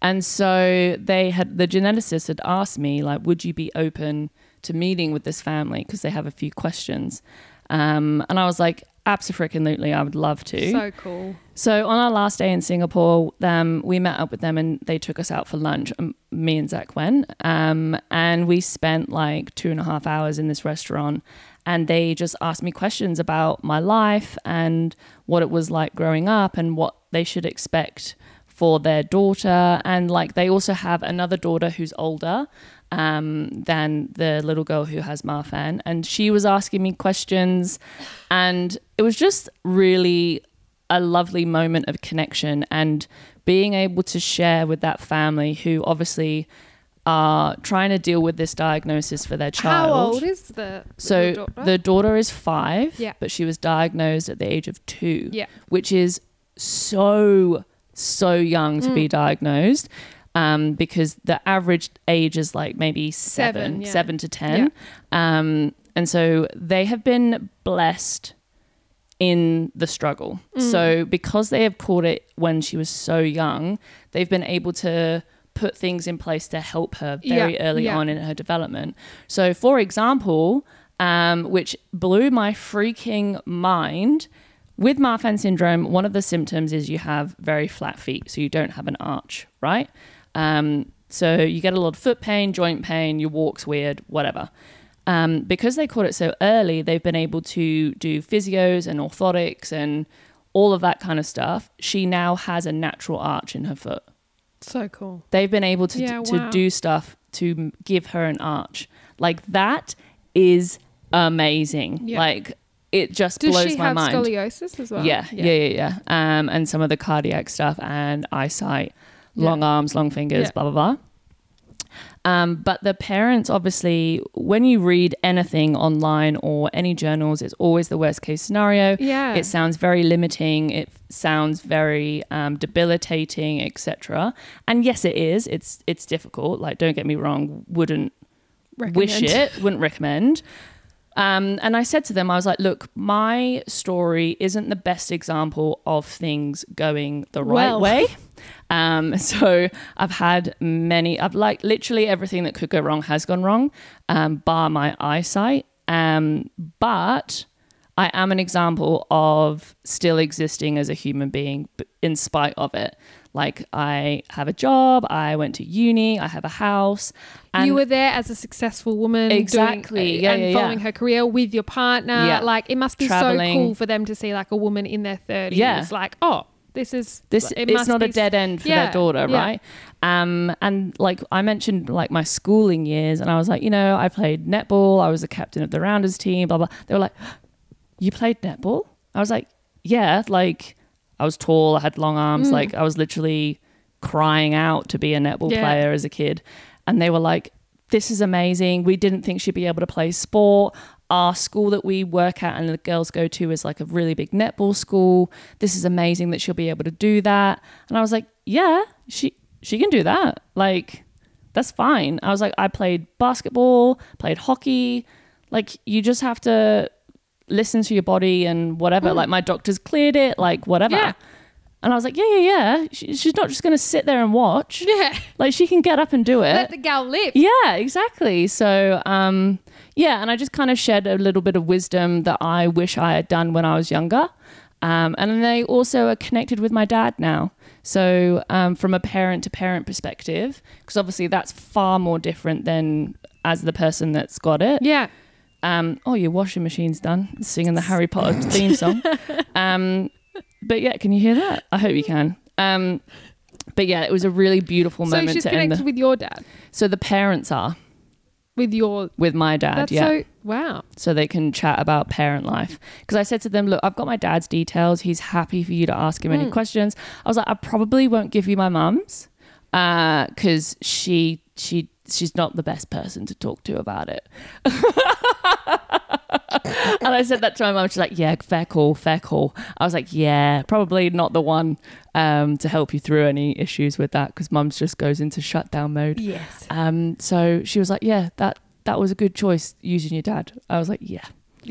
And so they had the geneticist had asked me like, would you be open to meeting with this family because they have a few questions, um, and I was like, absolutely, I would love to.
so cool.
So on our last day in Singapore, um, we met up with them and they took us out for lunch. Um, me and Zach went, um, and we spent like two and a half hours in this restaurant. And they just asked me questions about my life and what it was like growing up and what they should expect for their daughter. And like they also have another daughter who's older um, than the little girl who has Marfan, and she was asking me questions, and it was just really a lovely moment of connection and being able to share with that family who obviously are trying to deal with this diagnosis for their child.
How old is the
so
the daughter?
the daughter is five,
Yeah.
but she was diagnosed at the age of two,
Yeah.
which is so so young to
Mm.
be diagnosed. Um, because the average age is like maybe seven,
Seven,
seven,
yeah.
to ten. Um, and so they have been blessed in the struggle.
Mm.
So because they have caught it when she was so young, they've been able to put things in place to help her very
Yeah,
early
yeah.
on in her development. So for example, um, which blew my freaking mind, with Marfan syndrome, one of the symptoms is you have very flat feet, so you don't have an arch, right? Um, so you get a lot of foot pain, joint pain, your walk's weird, whatever. Um, because they caught it so early, they've been able to do physios and orthotics and all of that kind of stuff. She now has a natural arch in her foot.
so cool.
They've been able to,
Yeah,
to
wow.
do stuff to m- give her an arch. Like that is amazing.
Yeah.
Like it just
Does
blows
she
my
have
mind.
scoliosis as well?
Yeah, yeah, yeah, yeah. Um, and some of the cardiac stuff and eyesight, long arms, long fingers,
Yeah.
blah blah blah. Um, but the parents, obviously, when you read anything online or any journals, it's always the worst case scenario.
Yeah.
It sounds very limiting. It sounds very um, debilitating, etc. And yes, it is. It's it's difficult. Like, don't get me wrong. Wouldn't wish
Recommend.
it, wouldn't recommend. Um, and I said to them, I was like, look, my story isn't the best example of things going the right
Well.
way. Um, [laughs] so I've had many, I've like literally everything that could go wrong has gone wrong, um, bar my eyesight. Um, but I am an example of still existing as a human being b- in spite of it. Like I have a job, I went to uni, I have a house.
you were there as a successful woman, doing- eh,
Exactly. Yeah,
and
yeah, yeah.
following her career with your partner.
Yeah.
Like it must be
Traveling.
so cool for them to see like a woman in their thirties.
Yeah.
like oh, this is
this
it
it's
must
not a
be-
dead end for
Yeah,
their daughter
yeah.
right um and like i mentioned like my schooling years and i was like you know i played netball i was the captain of the rounders team blah blah they were like you played netball? I was like, yeah, like I was tall, I had long arms,
Mm.
like I was literally crying out to be a netball
Yeah.
player as a kid. And they were like, this is amazing. We didn't think she'd be able to play sport. Our school that we work at and the girls go to is like a really big netball school. This is amazing that she'll be able to do that. And I was like, yeah, she she can do that. Like that's fine. I was like, I played basketball, played hockey. Like, you just have to listen to your body and whatever. Like, my doctor's cleared it, like, whatever.
Yeah.
And I was like, yeah, yeah, yeah. She, she's not just going to sit there and watch.
[laughs] Yeah.
Like, she can get up and do it.
Let the gal live.
Yeah, exactly. So, um, yeah, and I just kind of shared a little bit of wisdom that I wish I had done when I was younger. Um, and they also are connected with my dad now. So, um, from a parent to parent perspective, because obviously that's far more different than as the person that's got it.
Yeah.
Um, oh, your washing machine's done, singing the Harry
[laughs]
Potter theme song. Um, but yeah, can you hear that? I hope you can. Um, but yeah, it was a really beautiful
So
moment
she's
to end.
connected
The,
with your dad.
so the parents are
With your
with my dad.
that's
yeah. So-,
so wow.
they can chat about parent life. Because I said to them, look, I've got my dad's details. He's happy for you to ask him any questions. I was like, I probably won't give you my mum's because she she she's not the best person to talk to about it. [laughs] and I said that to my mum. She's like, yeah, fair call, fair call. I was like, yeah, probably not the one um, to help you through any issues with that because mum's just goes into shutdown mode.
Yes.
Um, so she was like, "Yeah, that that was a good choice using your dad." I was like, "Yeah,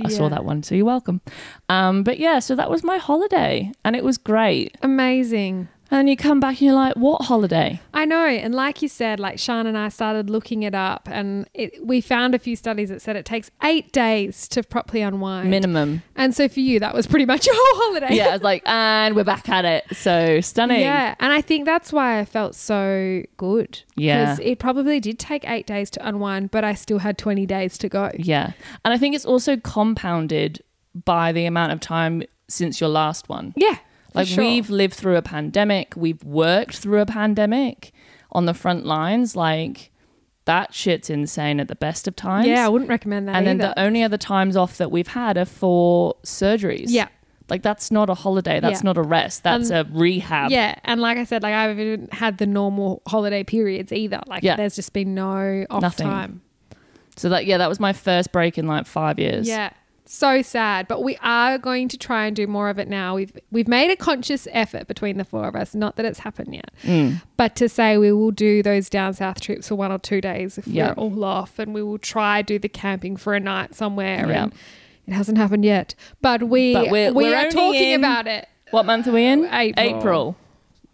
I saw that one, so you're welcome." Um, but yeah, so that was my holiday, and it was great.
Amazing.
And then you come back and you're like, "What holiday?"
I know, and like you said, like Sean and I started looking it up, and it, we found a few studies that said it takes eight days to properly unwind.
Minimum.
And so for you, that was pretty much [laughs] your whole holiday.
Yeah, I was like, "And we're back at it." So stunning.
Yeah, and I think that's why I felt so good.
Yeah.
because it probably did take eight days to unwind, but I still had twenty days to go.
Yeah. And I think it's also compounded by the amount of time since your last one.
Yeah, for
Like
sure.
we've lived through a pandemic, we've worked through a pandemic on the front lines. Like that shit's insane at the best of times.
Yeah, I wouldn't recommend that.
and then
either.
the only other times off that we've had are for surgeries.
yeah,
Like that's not a holiday. That's
Yeah. Um,
not a rest. That's a rehab.
yeah, and like I said, like I haven't had the normal holiday periods either. Like
Yeah.
there's just been no off
Nothing.
time.
So that yeah, that was my first break in like five years.
Yeah. So sad, but we are going to try and do more of it now. We've we've made a conscious effort between the four of us. Not that it's happened yet,
Mm.
but to say we will do those down south trips for one or two days if
Yeah.
we're all off, and we will try do the camping for a night somewhere.
Yeah.
And it hasn't happened yet, but we
But we're-
we
we're
are
only
talking
in-
about it.
What month are we in?
Uh, April.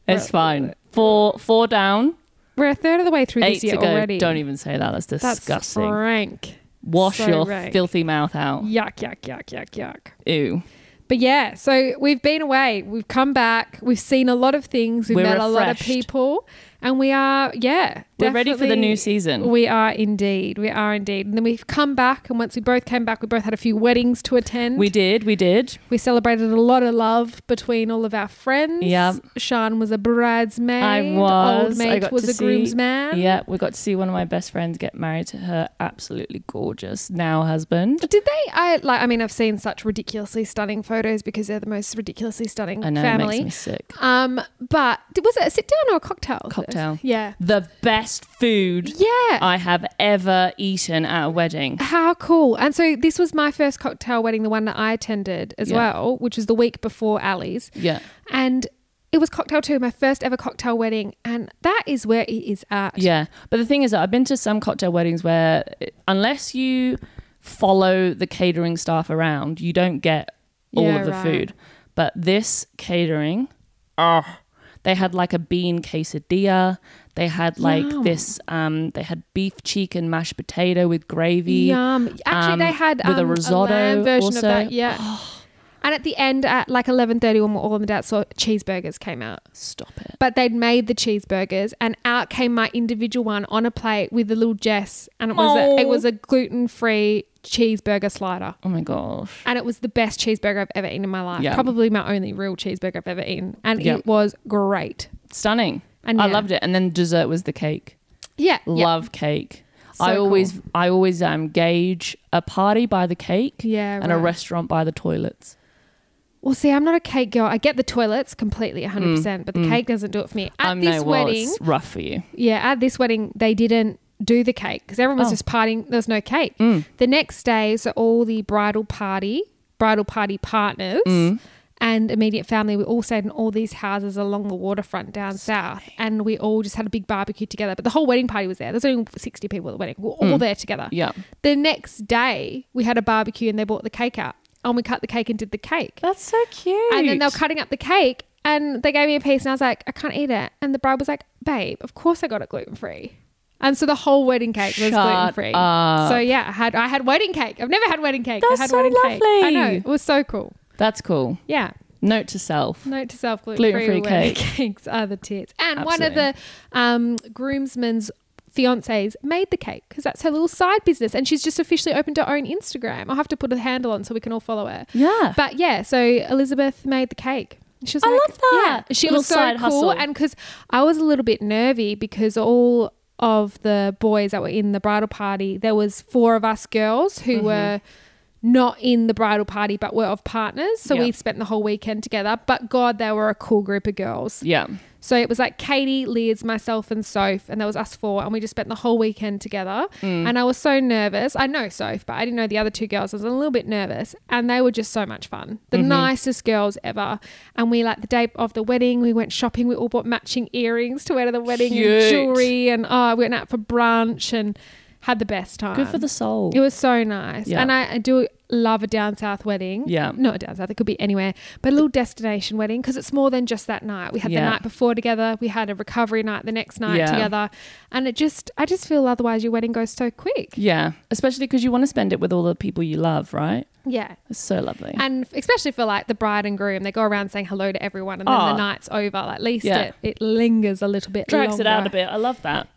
It's fine. Four four down,
We're a third of the way through
eight
this year
to go.
already.
Don't even say that. That's
That's
disgusting.
rank.
Wash
so
your
rank.
filthy mouth out.
Yuck! Yuck! Yuck! Yuck! Yuck!
Ew.
But yeah, so we've been away, we've come back, we've seen a lot of things, we've
We're
met a lot of
refreshed.
people, and we are, yeah.
We're ready for the
definitely-
new season.
We are indeed. We are indeed. And then we've come back, and once we both came back, we both had a few weddings to attend.
We did, we did.
we celebrated a lot of love between all of our friends.
Yep.
Sean was a bridesmaid.
I was.
Old
I
mate
got
was
to
a
see-
groomsman.
Yeah, we got to see one of my best friends get married to her absolutely gorgeous now husband.
Did they? I like. I mean, I've seen such ridiculously stunning photos because they're the most ridiculously stunning
I know
family.
it makes me sick.
Um, but did- was it a sit down or a cocktail?
Cocktail.
Yeah.
The best food
Yeah.
I have ever eaten at a wedding.
How cool. And so this was my first cocktail wedding, the one that I attended as
Yeah.
well, which was the week before Ali's.
Yeah.
And it was cocktail too, my first ever cocktail wedding. And that is where it is at.
Yeah. But the thing is that I've been to some cocktail weddings where unless you follow the catering staff around, you don't get all
Yeah,
of the
right.
food. But this catering, oh,
Ah.
they had like a bean quesadilla. They had like
Yum.
this um they had beef cheek and mashed potato with gravy.
Yum. Actually,
Um,
they had um,
with a risotto
lamb version
also. Oh.
of that. Yeah. and at the end, at like 11.30 when we're all in the saw cheeseburgers came out.
Stop it.
But they'd made the cheeseburgers, and out came my individual one on a plate with the little Jess, and it was
Oh.
a, it was a gluten free cheeseburger slider,
Oh my gosh.
and it was the best cheeseburger I've ever eaten in my life.
Yeah.
Probably my only real cheeseburger I've ever eaten, and
Yeah.
it was great.
Stunning.
And
I
yeah.
loved it. And then dessert was the cake.
Yeah, yeah.
Love cake. I
cool.
always I always um, gauge a party by the cake
Yeah.
and a
right.
restaurant by the toilets.
Well, see, I'm not a cake girl. I get the toilets completely 100%, but the
mm.
cake doesn't do it for me. At
I'm
this
no, well,
wedding,
it's rough for you.
yeah, at this wedding, they didn't do the cake because everyone was
Oh.
just partying. There was no cake.
Mm.
The next day, so all the bridal party, bridal party partners,
Mm.
and immediate family, we all stayed in all these houses along the waterfront down south, and we all just had a big barbecue together. But the whole wedding party was there. There's only 60 people at the wedding. We We're all there together.
Mm. Yeah,
The next day, we had a barbecue and they brought the cake out, and we cut the cake and did the cake.
that's so cute.
And then they were cutting up the cake and they gave me a piece and I was like, I can't eat it. And the bride was like, babe, of course I got it gluten free. And so the whole wedding cake was
Shut
gluten free.
up.
So yeah, I had I had wedding cake. I've never had wedding cake.
That's
I had
so
wedding cake. I
lovely.
know. It was so cool.
that's cool.
Yeah.
Note to self.
Note to self gluten free
Gluten-free
wedding
cake.
[laughs] cakes are the tits. And one of the
Absolutely.
um, groomsmen's fiancés made the cake because that's her little side business. And she's just officially opened her own Instagram. I'll have to put a handle on so we can all follow her.
Yeah.
But yeah, so Elizabeth made the cake. She was
I
like,
love that.
Yeah. She
Little
was so
side
cool.
hustle.
And because I was a little bit nervy because all of the boys that were in the bridal party, there was four of us girls
Mm-hmm.
who were not in the bridal party but were of partners. So
Yeah.
we spent the whole weekend together. But God, they were a cool group of girls.
Yeah.
So it was like Katie, Liz, myself, and Soph, and there was us four, and we just spent the whole weekend together.
Mm.
And I was so nervous. I know Soph, but I didn't know the other two girls. I was a little bit nervous, and they were just so much fun. The
Mm-hmm.
nicest girls ever. And we like the day of the wedding, we went shopping. We all bought matching earrings to wear to the wedding and
Cute.
jewelry, and oh, we went out for brunch and had the best time.
Good for the soul.
It was so nice.
Yeah.
And I, I do love a down south wedding.
Yeah.
Not a down south, it could be anywhere, but a little destination wedding because it's more than just that night. We had the
Yeah.
night before together, we had a recovery night the next night
Yeah.
together. And it just, I just feel otherwise your wedding goes so quick.
yeah, especially because you want to spend it with all the people you love, right?
Yeah.
It's so lovely.
And f- especially for like the bride and groom, they go around saying hello to everyone and then
Aw.
the night's over. Like, at least
Yeah.
it, it lingers a little bit.
Drags it out a
longer.
bit. I love that.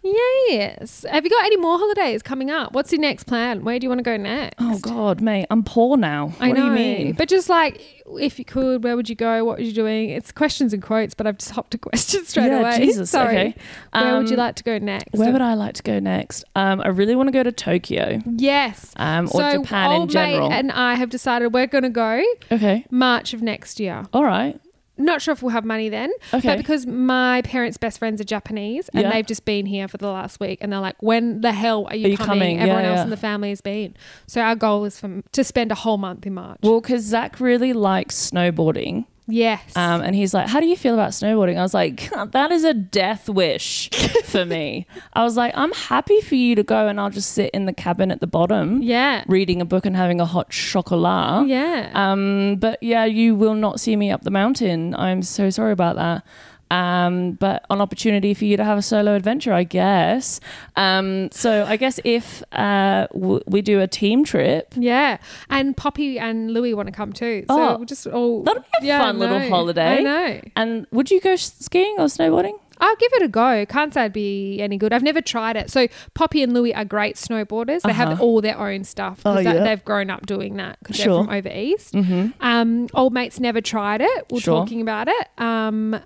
Yes. Have you got any more holidays coming up? What's your next plan? Where do you want to go next?
Oh God, mate, I'm poor now.
I
what
know.
do you mean?
But just like, if you could, where would you go? What would you doing? It's questions and quotes, but I've just hopped to [laughs] questions straight
yeah,
away.
Jesus.
Sorry.
Okay.
Where would you
Um,
like to go next?
Where would I like to go next? Um, I really want to go to Tokyo
Yes.
um, or
so
Japan in
old mate
general.
and I have decided we're going to go
okay.
March of next year.
All right.
Not sure if we'll have money then, but
Okay.
because my parents' best friends are Japanese and
Yeah.
they've just been here for the last week, and they're like, "When the hell are you,
Are you coming? Yeah,
Everyone else
yeah.
in the family has been. So our goal is from to spend a whole month in March.
Well, because Zach really likes snowboarding.
yes.
Um, and he's like, How do you feel about snowboarding? I was like, [laughs] That is a death wish for
[laughs]
me. I was like, I'm happy for you to go and I'll just sit in the cabin at the bottom
yeah.
reading a book and having a hot chocolat.
Yeah.
Um, but yeah, you will not see me up the mountain. I'm so sorry about that. Um, but an opportunity for you to have a solo adventure, I guess. Um, so I guess if uh, w- we do a team trip,
Yeah, and Poppy and Louis want to come too. So
Oh,
we'll just all
that'll be a
Yeah, I
fun little
know.
holiday.
I know.
and would you go s- skiing or snowboarding?
I'll give it a go. Can't say it'd be any good. I've never tried it. So Poppy and Louis are great snowboarders. They have
Uh-huh.
all their own stuff. 'cause
Oh,
that-
yeah.
They've grown up doing that because
Sure. Mm-hmm.
they're from over east. Um, old mates never tried it. We're
Sure.
talking about it. Um,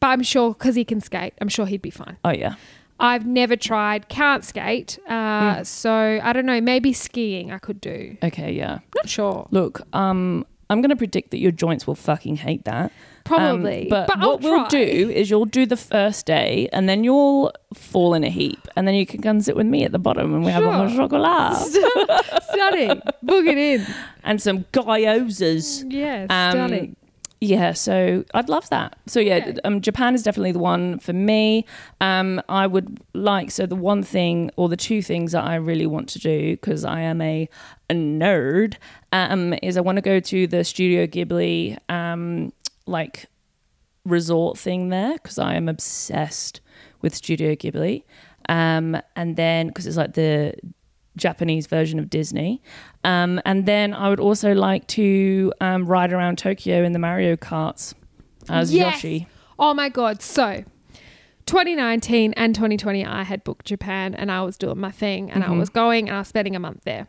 but I'm sure because he can skate, I'm sure he'd be fine.
Oh, yeah.
I've never tried. Can't skate.
Hmm.
Uh, So I don't know. Maybe skiing I could do.
Okay, yeah.
Not sure.
Look, um, I'm going to predict that your joints will fucking hate that. Um,
Probably.
but
But I'll
what we'll
try.
do is you'll do the first day and then you'll fall in a heap. And then you can come sit with me at the bottom and we have a hot
Sure.
chocolate
[laughs] Stunning. Book it in.
and some gyozas.
Yes,
Um,
stunning.
Yeah, so I'd love that. So yeah,
Okay.
um, Japan is definitely the one for me. Um, I would like so the one thing or the two things that I really want to do because I am a, a nerd um, is I want to go to the Studio Ghibli um, like resort thing there because I am obsessed with Studio Ghibli. Um, and then because it's like the Japanese version of Disney. Um, and then I would also like to um, ride around Tokyo in the Mario Karts as
Yes.
Yoshi.
Oh my god. So 2019 and
Mm-hmm.
2020 I had booked Japan and I was doing my thing and I was going and I was spending a month there.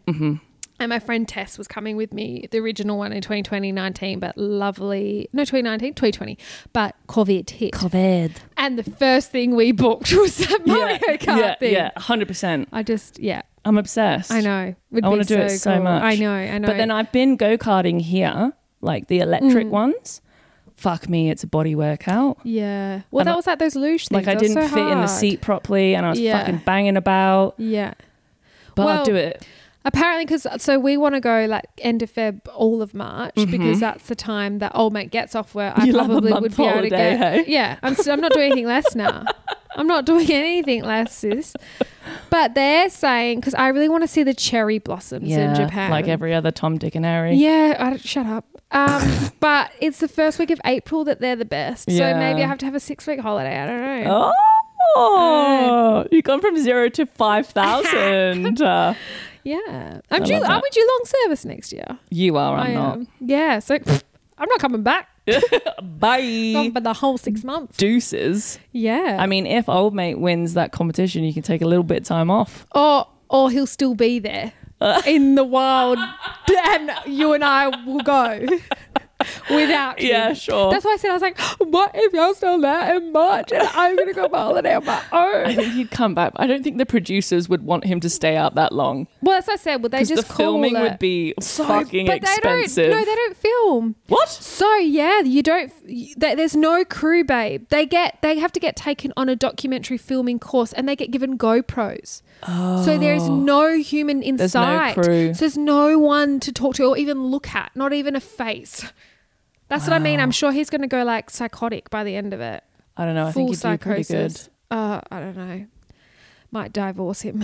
And my friend Tess was coming with me, the original one in 2020, 19, but lovely, no, 2019, 2020, but COVID hit.
COVID.
And the first thing we booked [laughs] was that Mario Kart
yeah,
thing.
yeah, hundred percent.
I just, yeah,
I'm obsessed.
I know. Would
I
be
wanna do it so much.
I know, I know. Mm.
But then I've been go karting here, like the electric ones. Fuck me, it's a body workout.
yeah. Well,
And
that
I-
was like those luge things.
Like I
That was
didn't
so
fit in the
hard.
seat properly, and I was
Yeah.
fucking banging about.
Yeah.
But
Well,
I'll do it.
Apparently, because so we want to go like end of Feb, all of March, because that's the time that old mate gets off work. I
Mm-hmm. You love a
probably
month
would be able to
holiday,
get.
hey?
Yeah, I'm, s- I'm not doing anything
[laughs]
less now. I'm not doing anything less, sis. But they're saying because I really want to see the cherry blossoms in Japan,
like every other Tom, Dick, and Harry.
Yeah, I don't, shut up.
[laughs]
Um, but it's the first week of April that they're the best. So
Yeah.
maybe I have to have a six week holiday. I don't know.
Oh, you've gone from zero to five
[laughs]
thousand. uh,
Yeah, I'm
I
due.
love that.
I'm due long service next year.
you are. I'm
I
not.
am. Yeah, so pff, I'm not coming back.
Bye.
Gone for the whole six months.
Deuces.
Yeah.
I mean, if old mate wins that competition, you can take a little bit of time off.
or or he'll still be there
Uh.
in the wild, and you and I will
[laughs]
go without. him.
Yeah, sure.
That's why I said I was like, what if you're still there in March and I'm gonna go on holiday on my
I [laughs]
own?
think he'd come back. I don't think the producers would want him to stay out that long
Well, as I said, well they
because the
just call
filming
it
would be fucking
[laughs] but
expensive.
They don't, no, they don't film.
what?
So yeah, you don't. You, there- there's no crew, babe. They get they have to get taken on a documentary filming course, and they get given GoPros. So there is no human
Oh. no
inside.
crew.
So there's no one to talk to or even look at. Not even a face. That's what I mean. I'm sure he's going to go like psychotic by the end of it.
I don't know. I
Full
think he'd do pretty good.
psychosis. Uh, I don't know. Might divorce him.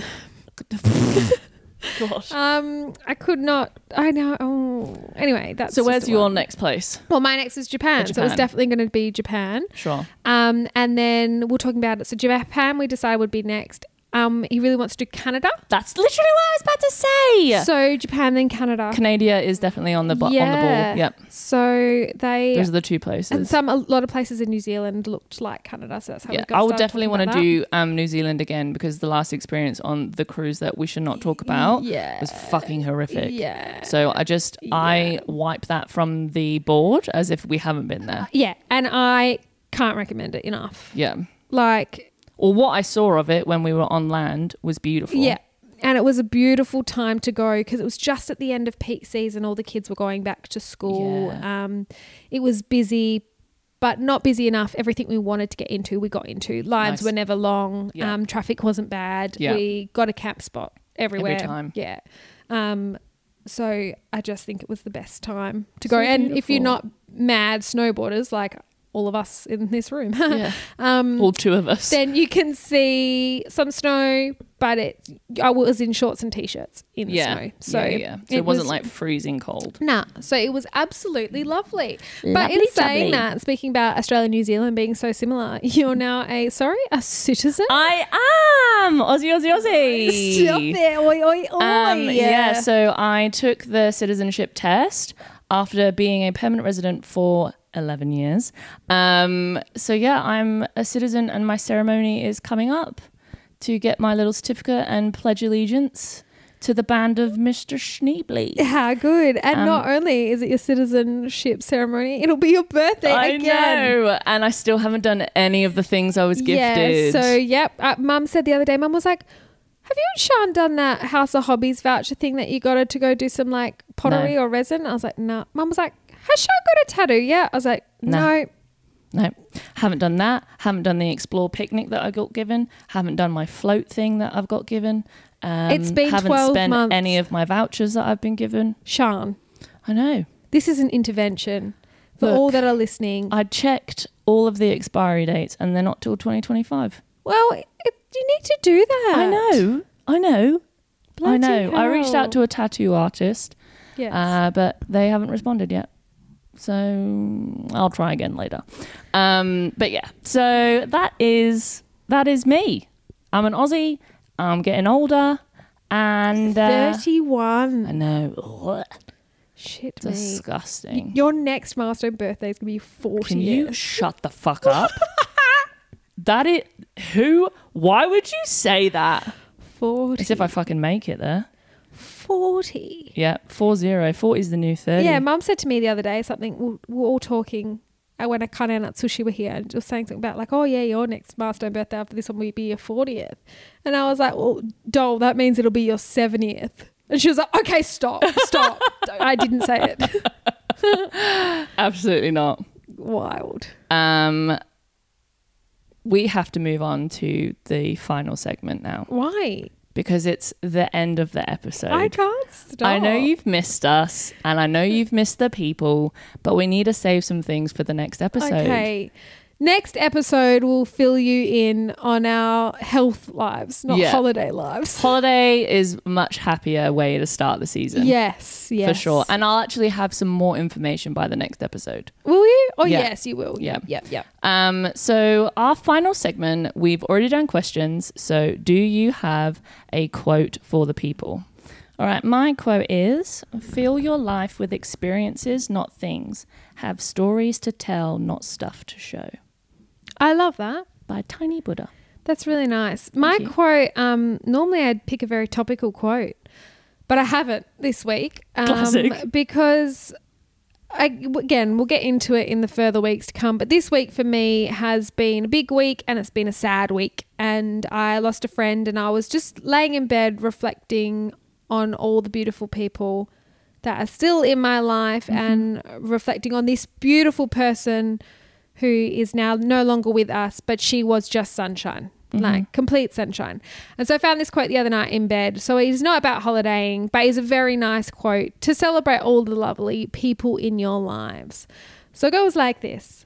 Gosh.
Um, I could not. I know. Oh. Anyway, that's
so
just
where's
the
your
one.
next place?
Well, my next is Japan, so it was
Japan.
definitely going to be Japan.
Sure.
Um, and then we're talking about it. So Japan, we decided would be next. Um, he really wants to do Canada.
That's literally what I was about to say.
So Japan, then Canada.
Canada is definitely on the bu- on the
Yeah.
ball. Yep.
So they
Those are the two places.
and some a lot of places in New Zealand looked like Canada. So that's how
yeah,
we got.
I would
started
definitely
talking
want to
about
do um, New Zealand again because the last experience on the cruise that we should not talk
that.
about
Yeah.
was fucking horrific.
Yeah.
So I just I wipe that from the board as if we haven't been there.
Yeah, and I can't recommend it enough.
Yeah.
Like,
Or what I saw of it when we were on land was beautiful.
yeah. And it was a beautiful time to go because it was just at the end of peak season. All the kids were going back to school. Um, it was busy, but not busy enough. Everything we wanted to get into, we got into. Lines
Nice.
were never long.
Yeah.
Um, traffic wasn't bad.
Yeah.
We got a camp spot everywhere.
time.
Yeah. Um, so I just think it was the best time to go.
So
And if you're
beautiful.
not mad snowboarders like all of us in this room, [laughs]
Yeah.
um,
All two of us.
then you can see some snow, but it I was in shorts and t-shirts in the
yeah.
snow, so
yeah, yeah. So it, wasn't
was-
like freezing cold.
Nah, so it was absolutely lovely. but in
Lovely
saying
jubbly.
that, speaking about Australia and New Zealand being so similar, you're now a sorry a citizen.
I am Aussie Aussie Aussie.
Stop it! Oi, oi, oi.
Um, yeah, so I took the citizenship test after being a permanent resident for 11 years. Um, so, yeah, I'm a citizen, and my ceremony is coming up to get my little certificate and pledge allegiance to the band of Mr.
[laughs]
Schneebly.
How good! And
Um,
not only is it your citizenship ceremony, it'll be your birthday
I
again.
know, and I still haven't done any of the things I was gifted.
Yeah, so yep. Uh, Mum said the other day, Mum was like, "Have you and Sean done that House of Hobbies voucher thing that you got her to go do some like pottery or resin?" I was like, "No." Nah. Mum was like, "Has Sean got a tattoo yet?" I was like, "No."
No. No, haven't done that. Haven't done the explore picnic that I got given. Haven't done my float thing that I've got given. Um,
It's been
haven't
12
spent
months.
any of my vouchers that I've been given.
Sean,
I know.
this is an intervention for
Look.
all that are listening.
I checked all of the expiry dates, and they're not till 2025.
well, it, you need to do that.
I know. I know. I
Bloody
know. I reached
hell.
out to a tattoo artist,
Yes.
uh, but they haven't responded yet. So I'll try again later. Um, but yeah, so that is that is me. I'm an Aussie. I'm getting older, and uh,
Thirty-one.
I know. Ugh,
Shit, me.
disgusting.
Your next milestone birthday is gonna be forty.
Can you shut the fuck
[laughs]
up? that it. Who? Why would you say that?
Forty.
As if I fucking make it there.
40.
Yeah, four zero. Forty is the new thirty.
Yeah, mum said to me the other day something, we we're all talking uh, when I cut out at sushi were here and just saying something about like, oh yeah, your next milestone birthday after this one will be your 40th. And I was like, well, doll, that means it'll be your 70th. And she was like, okay, stop,
[laughs]
stop. I didn't say it.
absolutely not.
Wild.
Um, we have to move on to the final segment now
Why?
because it's the end of the episode.
I can't stop.
I know you've missed us and I know you've missed the people, but we need to save some things for the next episode.
Okay. Next episode, we'll fill you in on our health lives, not
Yeah.
holiday lives.
Holiday is a much happier way to start the season.
Yes, yes.
For sure. And I'll actually have some more information by the next episode.
Will you? Oh,
Yeah.
yes, you will.
Yeah.
Yep, yep.
Um, so, our final segment, we've already done questions. So, do you have a quote for the people? All right, my quote is Fill your life with experiences, not things. Have stories to tell, not stuff to show.
I love that.
By Tiny Buddha.
That's really nice. My
you.
quote, um, normally I'd pick a very topical quote, but I haven't this week. Um,
Classic.
Because, I, again, we'll get into it in the further weeks to come, but this week for me has been a big week and it's been a sad week. And I lost a friend and I was just laying in bed reflecting on all the beautiful people that are still in my life and reflecting on this beautiful person who is now no longer with us, but she was just sunshine, like complete sunshine. And so I found this quote the other night in bed. So it is not about holidaying, but it's a very nice quote to celebrate all the lovely people in your lives. So it goes like this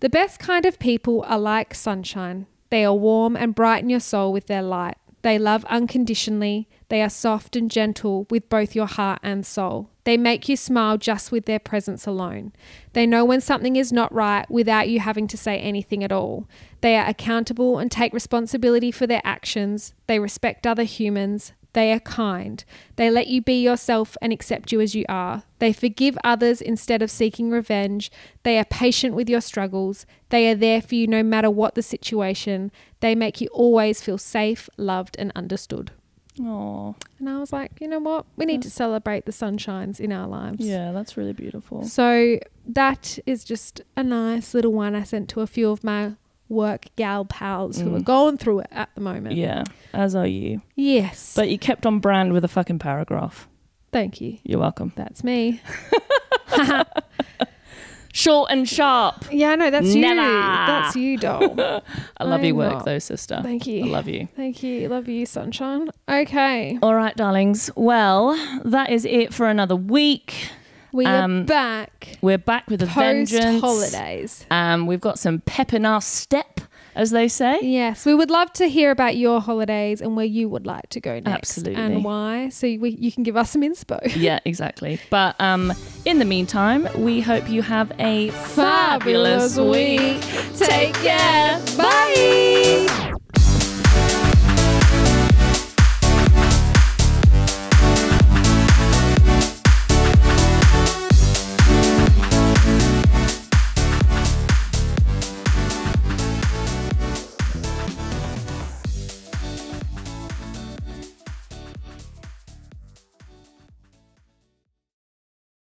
The best kind of people are like sunshine, they are warm and brighten your soul with their light. They love unconditionally. They are soft and gentle with both your heart and soul. They make you smile just with their presence alone. They know when something is not right without you having to say anything at all. They are accountable and take responsibility for their actions. They respect other humans. They are kind. They let you be yourself and accept you as you are. They forgive others instead of seeking revenge. They are patient with your struggles. They are there for you no matter what the situation. They make you always feel safe, loved, and understood.
Oh,
And I was like, you know what? We need to celebrate the sunshines in our lives.
yeah, that's really beautiful.
So that is just a nice little one I sent to a few of my work gal pals who
Mm.
are going through it at the moment.
Yeah, as are you.
Yes.
But you kept on brand with a fucking paragraph.
Thank you.
You're welcome.
That's me.
Short and sharp.
Yeah, I know. That's you.
Never.
That's you, doll.
[laughs] I love your
I'm
work
not.
though, sister.
Thank
I
you.
love you.
Thank you. Love you, sunshine. Okay.
All right, darlings. Well, that is it for another week.
We
Um,
are back
We're back with a
post
vengeance.
holidays.
Um, we've got some pep in our step, as they say.
Yes, we would love to hear about your holidays and where you would like to go next
Absolutely.
and why. So we, you can give us some inspo.
Yeah, exactly. But um, in the meantime, we hope you have a fabulous, week.
Take care.